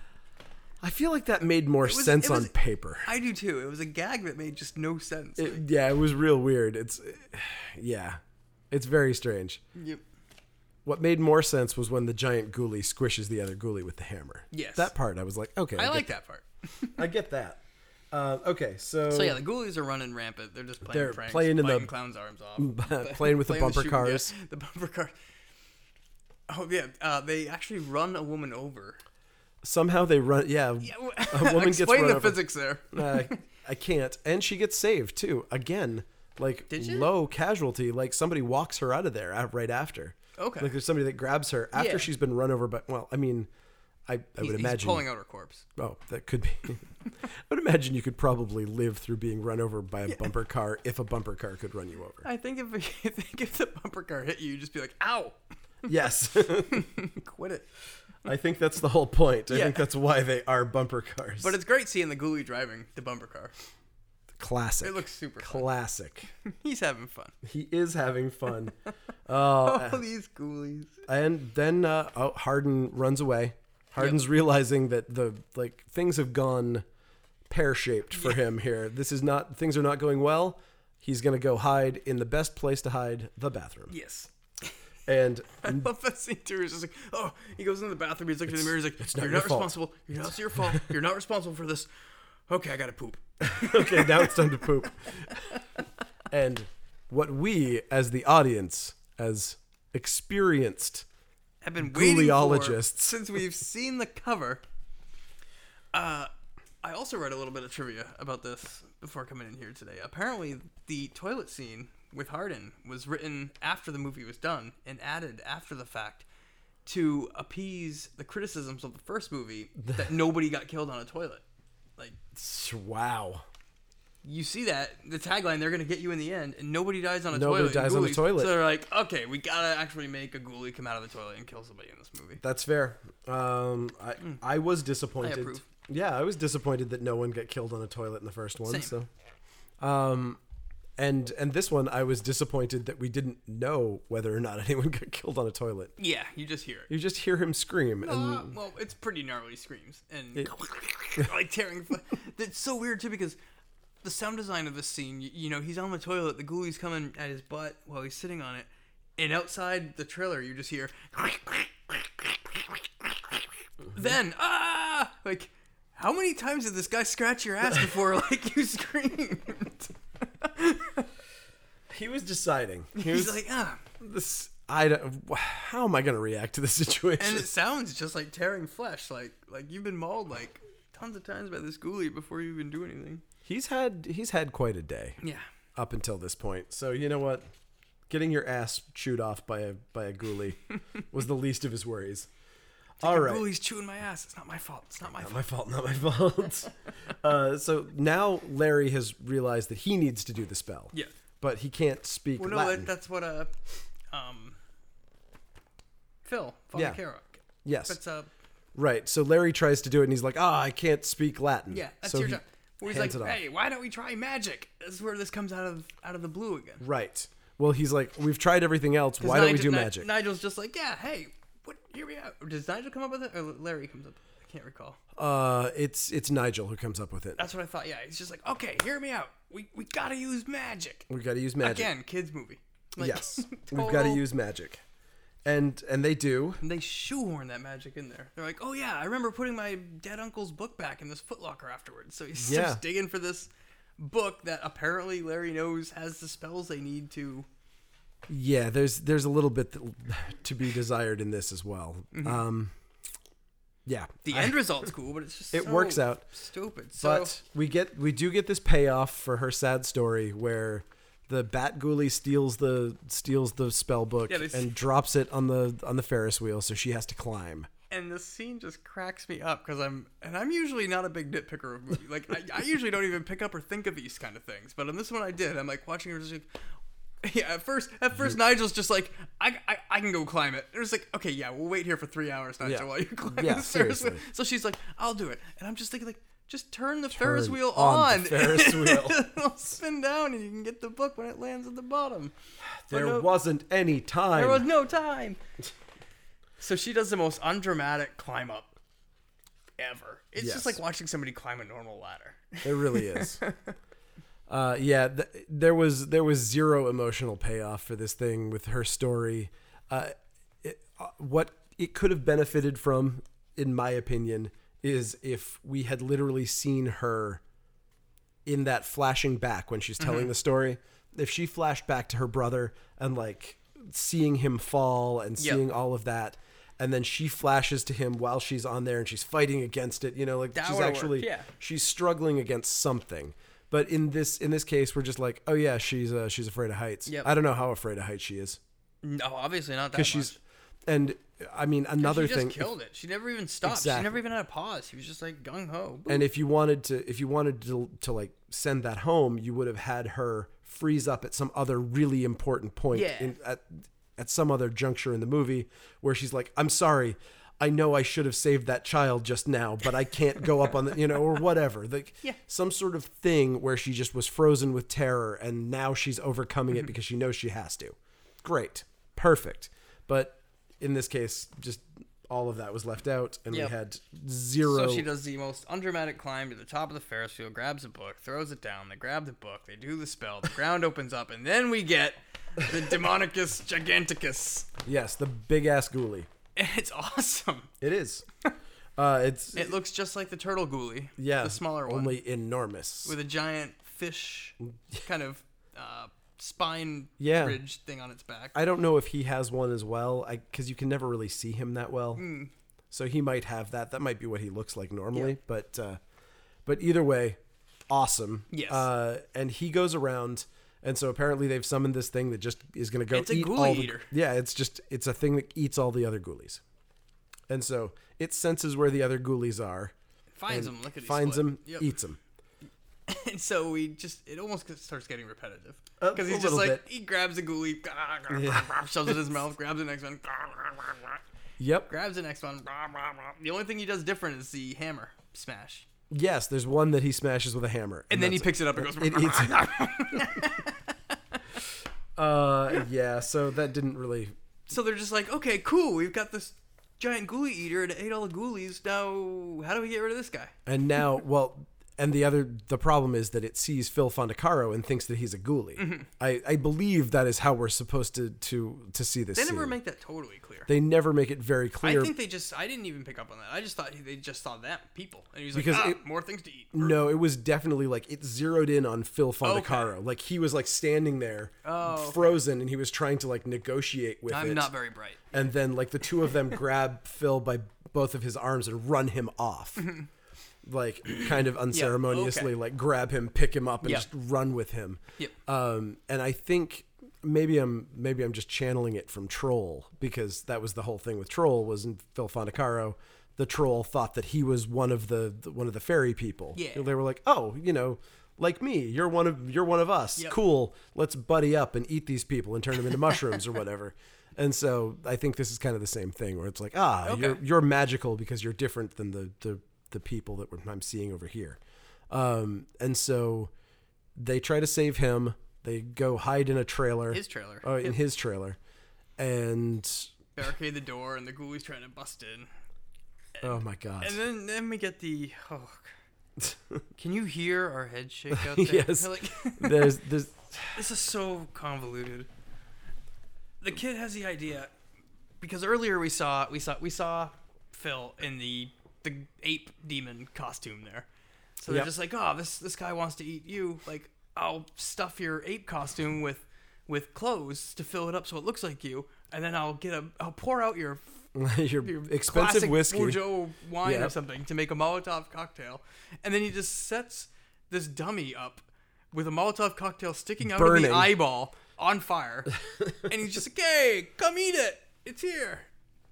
[SPEAKER 1] I feel like that made more
[SPEAKER 2] was-
[SPEAKER 1] sense
[SPEAKER 2] it was-
[SPEAKER 1] on paper.
[SPEAKER 2] I do too. It was a gag that made just no sense.
[SPEAKER 1] It- yeah, it was real weird. It's, yeah, it's very strange.
[SPEAKER 2] Yep.
[SPEAKER 1] What made more sense was when the giant ghoulie squishes the other ghoulie with the hammer.
[SPEAKER 2] Yes.
[SPEAKER 1] That part I was like, okay.
[SPEAKER 2] I
[SPEAKER 1] get-
[SPEAKER 2] like that part.
[SPEAKER 1] I get that. Uh, okay, so,
[SPEAKER 2] So yeah, the ghoulies are running rampant. They're just playing
[SPEAKER 1] They're
[SPEAKER 2] pranks,
[SPEAKER 1] playing in the-
[SPEAKER 2] biting clowns' arms off,
[SPEAKER 1] playing with the
[SPEAKER 2] playing
[SPEAKER 1] bumper
[SPEAKER 2] shooting- yeah,
[SPEAKER 1] cars.
[SPEAKER 2] the bumper car. Oh yeah, uh, they actually run a woman over.
[SPEAKER 1] Somehow they run. Yeah, a woman gets
[SPEAKER 2] Explain
[SPEAKER 1] run
[SPEAKER 2] the
[SPEAKER 1] over.
[SPEAKER 2] physics there.
[SPEAKER 1] uh, I can't, and she gets saved too. Again, like
[SPEAKER 2] Did she?
[SPEAKER 1] low casualty. Like somebody walks her out of there out right after.
[SPEAKER 2] Okay.
[SPEAKER 1] Like there's somebody that grabs her after
[SPEAKER 2] Yeah.
[SPEAKER 1] she's been run over. But well, I mean, I, I would
[SPEAKER 2] He's, he's
[SPEAKER 1] imagine.
[SPEAKER 2] pulling out her corpse.
[SPEAKER 1] Oh, that could be. I would imagine you could probably live through being run over by a bumper car if a bumper car could run you over.
[SPEAKER 2] I think if I think if the bumper car hit you, you'd just be like, "Ow,
[SPEAKER 1] Yes.
[SPEAKER 2] quit it."
[SPEAKER 1] I think that's the whole point. I
[SPEAKER 2] Yeah.
[SPEAKER 1] think that's why they are bumper cars.
[SPEAKER 2] But it's great seeing the ghoulie driving the bumper car.
[SPEAKER 1] Classic.
[SPEAKER 2] It looks super fun.
[SPEAKER 1] classic.
[SPEAKER 2] He's having fun.
[SPEAKER 1] he is having fun. Oh,
[SPEAKER 2] All these ghoulies.
[SPEAKER 1] and then uh, oh, Harden runs away. Harden's realizing that the like things have gone pear shaped for him here. This is not things are not going well. He's gonna go hide in the best place to hide, the bathroom.
[SPEAKER 2] Yes.
[SPEAKER 1] And
[SPEAKER 2] I love that scene too. He's just like, oh, he goes in the bathroom. He's looking in the mirror. He's like,
[SPEAKER 1] it's not
[SPEAKER 2] you're
[SPEAKER 1] your
[SPEAKER 2] not
[SPEAKER 1] fault."
[SPEAKER 2] responsible. You're not it's your fault. You're not responsible for this. Okay, I gotta poop.
[SPEAKER 1] okay, now it's time to poop. And what we as the audience, as experienced
[SPEAKER 2] I've been waiting for
[SPEAKER 1] Ghouliologists.
[SPEAKER 2] since we've seen the cover. Uh, I also read a little bit of trivia about this before coming in here today. Apparently, the toilet scene with Harden was written after the movie was done and added after the fact to appease the criticisms of the first movie that nobody got killed on a toilet. Like
[SPEAKER 1] wow.
[SPEAKER 2] you see that the tagline they're gonna get you in the end and nobody dies on a
[SPEAKER 1] Nobody
[SPEAKER 2] toilet.
[SPEAKER 1] dies on the
[SPEAKER 2] ghoulies.
[SPEAKER 1] toilet.
[SPEAKER 2] So they're like, okay, we gotta actually make a ghoulie come out of the toilet and kill somebody in this movie.
[SPEAKER 1] That's fair. Um, I I was disappointed.
[SPEAKER 2] Hmm. I approve.
[SPEAKER 1] yeah, I was disappointed that no one got killed on a toilet in the first one.
[SPEAKER 2] Same.
[SPEAKER 1] So, um, and and this one I was disappointed that we didn't know whether or not anyone got killed on a toilet.
[SPEAKER 2] Yeah, you just hear it.
[SPEAKER 1] You just hear him scream, and
[SPEAKER 2] Uh, well, it's pretty gnarly screams and like tearing. fl- That's so weird too because the sound design of this scene. You, you know, he's on the toilet. The ghoulie's coming at his butt while he's sitting on it, and outside the trailer, you just hear. Then ah, like how many times did this guy scratch your ass before like you screamed?
[SPEAKER 1] he was deciding. He
[SPEAKER 2] He's
[SPEAKER 1] was
[SPEAKER 2] like ah,
[SPEAKER 1] this. I don't, how am I going to react to this situation?
[SPEAKER 2] and it sounds just like tearing flesh. Like like you've been mauled like tons of times by this ghoulie before you even do anything.
[SPEAKER 1] he's had he's had quite a day
[SPEAKER 2] Yeah.
[SPEAKER 1] up until this point. So you know what, getting your ass chewed off by a by a ghoulie was the least of his worries. All right.
[SPEAKER 2] Ooh, he's chewing my ass. It's not my fault. It's not my
[SPEAKER 1] Not
[SPEAKER 2] fault.
[SPEAKER 1] my fault, not my fault. uh, so now Larry has realized that he needs to do the spell.
[SPEAKER 2] Yeah.
[SPEAKER 1] But he can't speak
[SPEAKER 2] Well, no,
[SPEAKER 1] Latin.
[SPEAKER 2] that, that's what uh, um, Phil
[SPEAKER 1] Yeah.
[SPEAKER 2] Falcaro.
[SPEAKER 1] yes.
[SPEAKER 2] That's uh,
[SPEAKER 1] right. So Larry tries to do it and he's like, ah, I can't speak Latin.
[SPEAKER 2] yeah, that's
[SPEAKER 1] so
[SPEAKER 2] your
[SPEAKER 1] he-
[SPEAKER 2] job. Where he's
[SPEAKER 1] hands
[SPEAKER 2] like,
[SPEAKER 1] it off.
[SPEAKER 2] hey, why don't we try magic? That's where this comes out of out of the blue again.
[SPEAKER 1] Right. Well, he's like, we've tried everything else. Why don't we
[SPEAKER 2] Nigel-
[SPEAKER 1] do
[SPEAKER 2] Ni-
[SPEAKER 1] magic?
[SPEAKER 2] Nigel's just like, yeah, hey, what? Here we are. Does Nigel come up with it, or Larry comes up? I can't recall.
[SPEAKER 1] uh, it's it's Nigel who comes up with it.
[SPEAKER 2] That's what I thought. Yeah, he's just like, okay, hear me out. We we gotta use magic
[SPEAKER 1] We've got to use magic.
[SPEAKER 2] again. Kids movie. Like,
[SPEAKER 1] yes. We've got to
[SPEAKER 2] total-
[SPEAKER 1] use magic. And and they do.
[SPEAKER 2] And they shoehorn that magic in there. They're like, oh yeah, I remember putting my dead uncle's book back in this footlocker afterwards. So he starts
[SPEAKER 1] Yeah.
[SPEAKER 2] digging for this book that apparently Larry knows has the spells they need to.
[SPEAKER 1] Yeah, there's there's a little bit that, to be desired in this as well. Um, yeah.
[SPEAKER 2] Mm-hmm. The end result's cool, but it's just
[SPEAKER 1] It
[SPEAKER 2] so
[SPEAKER 1] works out.
[SPEAKER 2] Stupid. So
[SPEAKER 1] But we get we do get this payoff for her sad story where the bat ghoulie steals the steals the spell book
[SPEAKER 2] Yeah, they s-
[SPEAKER 1] and drops it on the on the Ferris wheel, so she has to climb.
[SPEAKER 2] and the scene just cracks me up because I'm and I'm usually not a big nitpicker of movies. Like I, I usually don't even pick up or think of these kind of things, but on this one I did. I'm like watching her just like. Yeah, at first, at first, Nigel's just like, I, I, I can go climb it. And it's like, okay, yeah, we'll wait here for three hours, Nigel,
[SPEAKER 1] Yeah.
[SPEAKER 2] while you climb
[SPEAKER 1] Yeah,
[SPEAKER 2] the Ferris wheel.
[SPEAKER 1] seriously.
[SPEAKER 2] So she's like, I'll do it. And I'm just thinking, like, just turn the Ferris
[SPEAKER 1] Turn
[SPEAKER 2] wheel
[SPEAKER 1] on
[SPEAKER 2] on.
[SPEAKER 1] the Ferris wheel.
[SPEAKER 2] It'll spin down, and you can get the book when it lands at the bottom.
[SPEAKER 1] There
[SPEAKER 2] no-
[SPEAKER 1] wasn't any time.
[SPEAKER 2] There was no time. So she does the most undramatic climb up ever. It's
[SPEAKER 1] Yes.
[SPEAKER 2] just like watching somebody climb a normal ladder.
[SPEAKER 1] There really is. uh, yeah, th- there was there was zero emotional payoff for this thing with her story. Uh, it, uh, what it could have benefited from, in my opinion, is if we had literally seen her in that flashing back when she's telling the story. If she flashed back to her brother and like seeing him fall and
[SPEAKER 2] Yep.
[SPEAKER 1] seeing all of that. And then she flashes to him while she's on there and she's fighting against it, you know, like
[SPEAKER 2] That
[SPEAKER 1] she's
[SPEAKER 2] would've worked,
[SPEAKER 1] actually
[SPEAKER 2] yeah.
[SPEAKER 1] she's struggling against something. But in this in this case, we're just like, oh yeah, she's uh, she's afraid of heights.
[SPEAKER 2] Yep.
[SPEAKER 1] I don't know how afraid of heights she is
[SPEAKER 2] No, obviously not that much.
[SPEAKER 1] because she's, and I mean
[SPEAKER 2] she
[SPEAKER 1] another
[SPEAKER 2] just
[SPEAKER 1] thing.
[SPEAKER 2] killed it. She never even stopped. She
[SPEAKER 1] Exactly.
[SPEAKER 2] never even had a pause. She was just like gung ho.
[SPEAKER 1] And if you wanted to, if you wanted to, to like send that home, you would have had her freeze up at some other really important point
[SPEAKER 2] Yeah.
[SPEAKER 1] in, at at some other juncture in the movie where she's like, I'm sorry. I know I should have saved that child just now, but I can't go up on the, you know, or whatever. Like
[SPEAKER 2] Yeah.
[SPEAKER 1] some sort of thing where she just was frozen with terror and now she's overcoming
[SPEAKER 2] Mm-hmm.
[SPEAKER 1] it because she knows she has to. Great. Perfect. But in this case, just all of that was left out and
[SPEAKER 2] Yep.
[SPEAKER 1] we had zero.
[SPEAKER 2] So she does the most undramatic climb to the top of the Ferris wheel, grabs a book, throws it down. They grab the book, they do the spell, the ground opens up, and then we get the Demonicus Giganticus.
[SPEAKER 1] yes, the big ass ghoulie.
[SPEAKER 2] And it's awesome.
[SPEAKER 1] It is. Uh, it's
[SPEAKER 2] It looks just like the turtle ghoulie.
[SPEAKER 1] yeah,
[SPEAKER 2] The smaller one.
[SPEAKER 1] only enormous.
[SPEAKER 2] With a giant fish kind of uh, spine
[SPEAKER 1] Yeah.
[SPEAKER 2] ridge thing on its back.
[SPEAKER 1] I don't know if he has one as well, because you can never really see him that well.
[SPEAKER 2] Hmm.
[SPEAKER 1] So he might have that. That might be what he looks like normally. But uh, but either way, awesome.
[SPEAKER 2] Yes.
[SPEAKER 1] Uh, and he goes around, and so apparently they've summoned this thing that just is going to go
[SPEAKER 2] It's a
[SPEAKER 1] eat
[SPEAKER 2] ghoulie
[SPEAKER 1] all the-
[SPEAKER 2] eater.
[SPEAKER 1] Yeah, it's just it's a thing that eats all the other ghoulies, and so it senses where the other ghoulies are,
[SPEAKER 2] finds him. Look at
[SPEAKER 1] finds them,
[SPEAKER 2] Yep.
[SPEAKER 1] eats them.
[SPEAKER 2] And so we just it almost gets- starts getting repetitive
[SPEAKER 1] A-
[SPEAKER 2] because
[SPEAKER 1] Oh, a
[SPEAKER 2] he's just
[SPEAKER 1] little
[SPEAKER 2] like
[SPEAKER 1] bit.
[SPEAKER 2] he grabs a ghoulie, grah, grah, grah, shoves it in his mouth, grabs the next one, grah, grah, grah, grah,
[SPEAKER 1] Yep.
[SPEAKER 2] grabs the next one. grah, grah, grah. The only thing he does different is the hammer smash,
[SPEAKER 1] Yes, there's one that he smashes with a hammer,
[SPEAKER 2] and then he
[SPEAKER 1] that's
[SPEAKER 2] picks it up and goes.
[SPEAKER 1] it eats it. uh, yeah, so that didn't really.
[SPEAKER 2] So they're just like, okay, cool, we've got this giant ghoulie eater and it ate all the ghoulies. Now, how do we get rid of this guy?
[SPEAKER 1] And now, well, and the other, the problem is that it sees Phil Fondacaro and thinks that he's a ghoulie.
[SPEAKER 2] Mm-hmm.
[SPEAKER 1] I, I believe that is how we're supposed to to to see this.
[SPEAKER 2] They never
[SPEAKER 1] scene.
[SPEAKER 2] make that totally clear.
[SPEAKER 1] They never make it very
[SPEAKER 2] I
[SPEAKER 1] clear.
[SPEAKER 2] think they just. I didn't even pick up on that. I just thought they just saw them people, and he was like,
[SPEAKER 1] Because
[SPEAKER 2] ah,
[SPEAKER 1] it-
[SPEAKER 2] more things to eat.
[SPEAKER 1] no, it was definitely like it zeroed in on Phil Fondacaro. Like he was like standing there, frozen, and he was trying to like negotiate with
[SPEAKER 2] Oh, I'm
[SPEAKER 1] it.
[SPEAKER 2] not very bright.
[SPEAKER 1] and then like the two of them grab Phil by both of his arms and run him off.
[SPEAKER 2] Mm-hmm.
[SPEAKER 1] like kind of unceremoniously like grab him, pick him up and
[SPEAKER 2] Yeah.
[SPEAKER 1] just run with him.
[SPEAKER 2] Yep.
[SPEAKER 1] Um and I think maybe I'm maybe I'm just channeling it from Troll because that was the whole thing with Troll was in Phil Fondacaro the troll thought that he was one of the, the- one of the fairy people.
[SPEAKER 2] Yeah.
[SPEAKER 1] They were like, "Oh, you know, like me, you're one of you're one of us. Cool. Let's buddy up and eat these people and turn them into mushrooms or whatever." And so I think this is kind of the same thing where it's like, "Ah, you're you're magical because you're different than the the the people that we're- I'm seeing over here." Um, and so they try to save him. They go hide in a trailer.
[SPEAKER 2] His trailer.
[SPEAKER 1] Oh, in his trailer. And
[SPEAKER 2] barricade the door and the ghoulie's trying to bust in.
[SPEAKER 1] oh my god.
[SPEAKER 2] And then then we get the oh g- Can you hear our head shake out there?
[SPEAKER 1] Yes.
[SPEAKER 2] Like,
[SPEAKER 1] there's there's
[SPEAKER 2] this is so convoluted. The kid has the idea because earlier we saw we saw we saw Phil in the the ape demon costume there. So they're
[SPEAKER 1] Yep.
[SPEAKER 2] just like, "Oh, this this guy wants to eat you. Like, I'll stuff your ape costume with with clothes to fill it up so it looks like you, and then I'll get a I'll pour out your
[SPEAKER 1] your,
[SPEAKER 2] your
[SPEAKER 1] expensive
[SPEAKER 2] classic
[SPEAKER 1] whiskey.
[SPEAKER 2] Bourgeois wine or
[SPEAKER 1] Yep.
[SPEAKER 2] something to make a Molotov cocktail, and then he just sets this dummy up with a Molotov cocktail sticking out of
[SPEAKER 1] Burning.
[SPEAKER 2] the eyeball on fire, and he's just like, "Hey, come eat it! It's here!"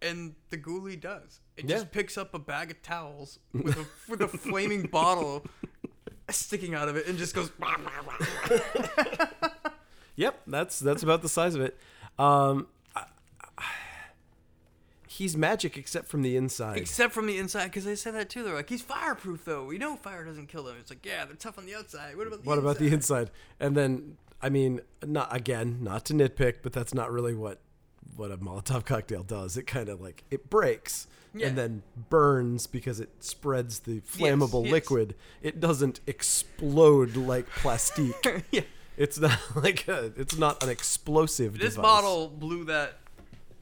[SPEAKER 2] And the ghoulie does. It
[SPEAKER 1] Yeah.
[SPEAKER 2] just picks up a bag of towels with a, with a flaming bottle sticking out of it and just goes. "Wah, wah, wah, wah."
[SPEAKER 1] Yep, that's that's about the size of it. Um, I- I- he's magic except from the inside.
[SPEAKER 2] Except from the inside, because they say that too. They're like, "He's fireproof, though. We know fire doesn't kill them." It's like, yeah, they're tough on the outside. What about the
[SPEAKER 1] what
[SPEAKER 2] inside?
[SPEAKER 1] about the inside? And then, I mean, not again, not to nitpick, but that's not really what what a Molotov cocktail does. It kind of like it breaks
[SPEAKER 2] Yeah.
[SPEAKER 1] and then burns because it spreads the flammable
[SPEAKER 2] yes.
[SPEAKER 1] liquid. It doesn't explode like plastique.
[SPEAKER 2] yeah.
[SPEAKER 1] it's not like a, it's not an explosive.
[SPEAKER 2] This
[SPEAKER 1] device.
[SPEAKER 2] bottle blew that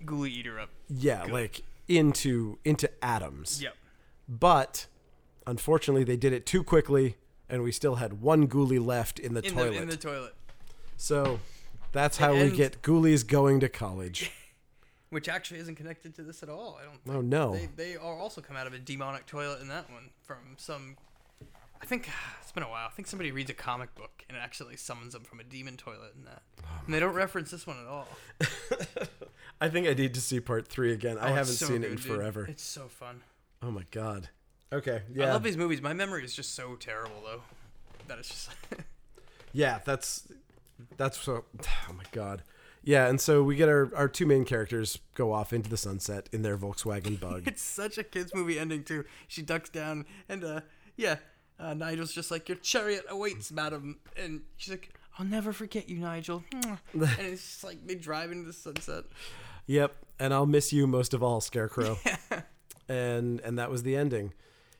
[SPEAKER 2] ghoulie eater up.
[SPEAKER 1] yeah, like into into atoms.
[SPEAKER 2] Yep.
[SPEAKER 1] But unfortunately, they did it too quickly, and we still had one ghoulie left in the
[SPEAKER 2] In
[SPEAKER 1] toilet.
[SPEAKER 2] the in the toilet.
[SPEAKER 1] so that's how we
[SPEAKER 2] ends-
[SPEAKER 1] get ghoulies going to college.
[SPEAKER 2] Which actually isn't connected to this at all. I don't think
[SPEAKER 1] Oh no!
[SPEAKER 2] they they are also come out of a demonic toilet in that one from some I think it's been a while. I think somebody reads a comic book and it actually summons them from a demon toilet in that.
[SPEAKER 1] Oh,
[SPEAKER 2] and they don't reference this one at all.
[SPEAKER 1] I think I need to see part three again. I
[SPEAKER 2] Oh, it's
[SPEAKER 1] haven't
[SPEAKER 2] so
[SPEAKER 1] seen it
[SPEAKER 2] good,
[SPEAKER 1] in
[SPEAKER 2] dude.
[SPEAKER 1] forever.
[SPEAKER 2] It's so fun.
[SPEAKER 1] Oh my god. Okay. Yeah.
[SPEAKER 2] I love these movies. My memory is just so terrible though. That it's just
[SPEAKER 1] Yeah. That's that's so. Oh my god. Yeah, and so we get our, our two main characters go off into the sunset in their Volkswagen bug.
[SPEAKER 2] It's such a kids movie ending too. She ducks down and uh yeah, uh, Nigel's just like your chariot awaits, madam, and she's like, "I'll never forget you, Nigel." and it's just like they drive into the sunset.
[SPEAKER 1] yep, and I'll miss you most of all, Scarecrow. And and that was the ending.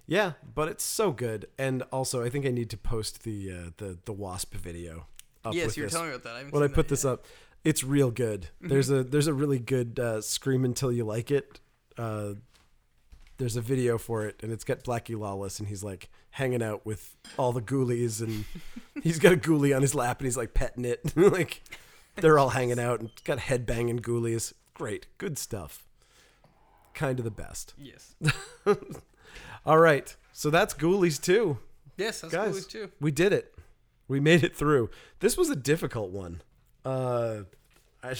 [SPEAKER 1] Yeah, but it's so good. And also, I think I need to post the uh, the the wasp video. Up
[SPEAKER 2] Yes,
[SPEAKER 1] with
[SPEAKER 2] you were
[SPEAKER 1] this.
[SPEAKER 2] telling me about that. I haven't
[SPEAKER 1] when I
[SPEAKER 2] seen
[SPEAKER 1] put
[SPEAKER 2] that Mm-hmm.
[SPEAKER 1] this up, it's real good. There's a there's a really good uh, scream until you like it. Uh, there's a video for it, and it's got Blackie Lawless, and he's like hanging out with all the ghoulies, and he's got a ghoulie on his lap, and he's like petting it, like they're all hanging out, and got headbanging ghoulies. Great, good stuff. Kind of the best.
[SPEAKER 2] yet. Yes.
[SPEAKER 1] All right, so that's Ghoulies too,
[SPEAKER 2] Yes, that's
[SPEAKER 1] guys.
[SPEAKER 2] cool too.
[SPEAKER 1] We did it. We made it through. This was a difficult one. Uh, I,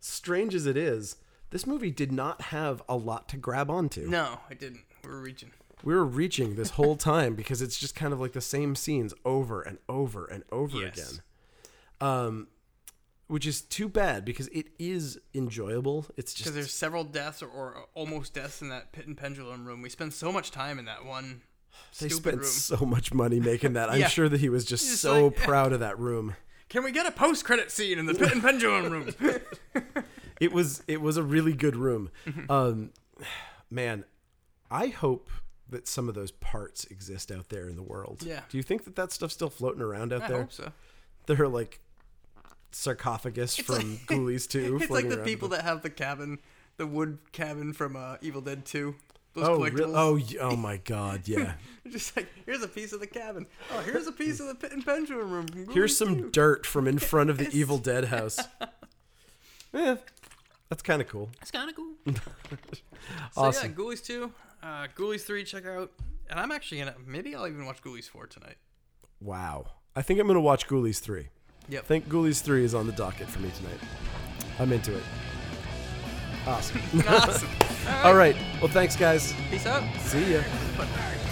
[SPEAKER 1] strange as it is, this movie did not have a lot to grab onto.
[SPEAKER 2] No, I didn't. We were reaching.
[SPEAKER 1] We were reaching this whole time because it's just kind of like the same scenes over and over and over
[SPEAKER 2] Yes.
[SPEAKER 1] again. Um, which is too bad because it is enjoyable. It's just
[SPEAKER 2] Because there's several deaths or, or almost deaths in that pit and pendulum room. We spend so much time in that one
[SPEAKER 1] they
[SPEAKER 2] stupid
[SPEAKER 1] spent
[SPEAKER 2] room.
[SPEAKER 1] so much money making that. I'm
[SPEAKER 2] Yeah.
[SPEAKER 1] sure that he was just,
[SPEAKER 2] Just
[SPEAKER 1] so
[SPEAKER 2] like-
[SPEAKER 1] proud of that room.
[SPEAKER 2] Can we get a post-credit scene in the pit and pendulum room?
[SPEAKER 1] it was it was a really good room.
[SPEAKER 2] Mm-hmm.
[SPEAKER 1] Um, man, I hope that some of those parts exist out there in the world.
[SPEAKER 2] Yeah.
[SPEAKER 1] Do you think that that stuff's still floating around out
[SPEAKER 2] I
[SPEAKER 1] there?
[SPEAKER 2] hope so.
[SPEAKER 1] There are like sarcophagus from Ghoulies too.
[SPEAKER 2] It's like
[SPEAKER 1] floating
[SPEAKER 2] the
[SPEAKER 1] around.
[SPEAKER 2] people that have the cabin, the wood cabin from uh, Evil Dead 2. Those
[SPEAKER 1] Oh,
[SPEAKER 2] collectibles.
[SPEAKER 1] re- oh, y- oh my God! Yeah,
[SPEAKER 2] Just like, here's a piece of the cabin. Oh, here's a piece of the pit and pendulum room. from
[SPEAKER 1] here's
[SPEAKER 2] Ghoulies
[SPEAKER 1] some
[SPEAKER 2] 2.
[SPEAKER 1] dirt from in front of the Evil Dead house. Eh, that's kind of cool.
[SPEAKER 2] It's kind of cool. so
[SPEAKER 1] Awesome.
[SPEAKER 2] yeah, Ghoulies 2, uh, Ghoulies 3, check out. And I'm actually going to, maybe I'll even watch Ghoulies 4 tonight.
[SPEAKER 1] Wow. I think I'm gonna watch Ghoulies three.
[SPEAKER 2] Yep.
[SPEAKER 1] I think Ghoulies three is on the docket for me tonight. I'm into it. Awesome.
[SPEAKER 2] awesome.
[SPEAKER 1] All right. Well, thanks, guys.
[SPEAKER 2] Peace out.
[SPEAKER 1] See ya.
[SPEAKER 2] But-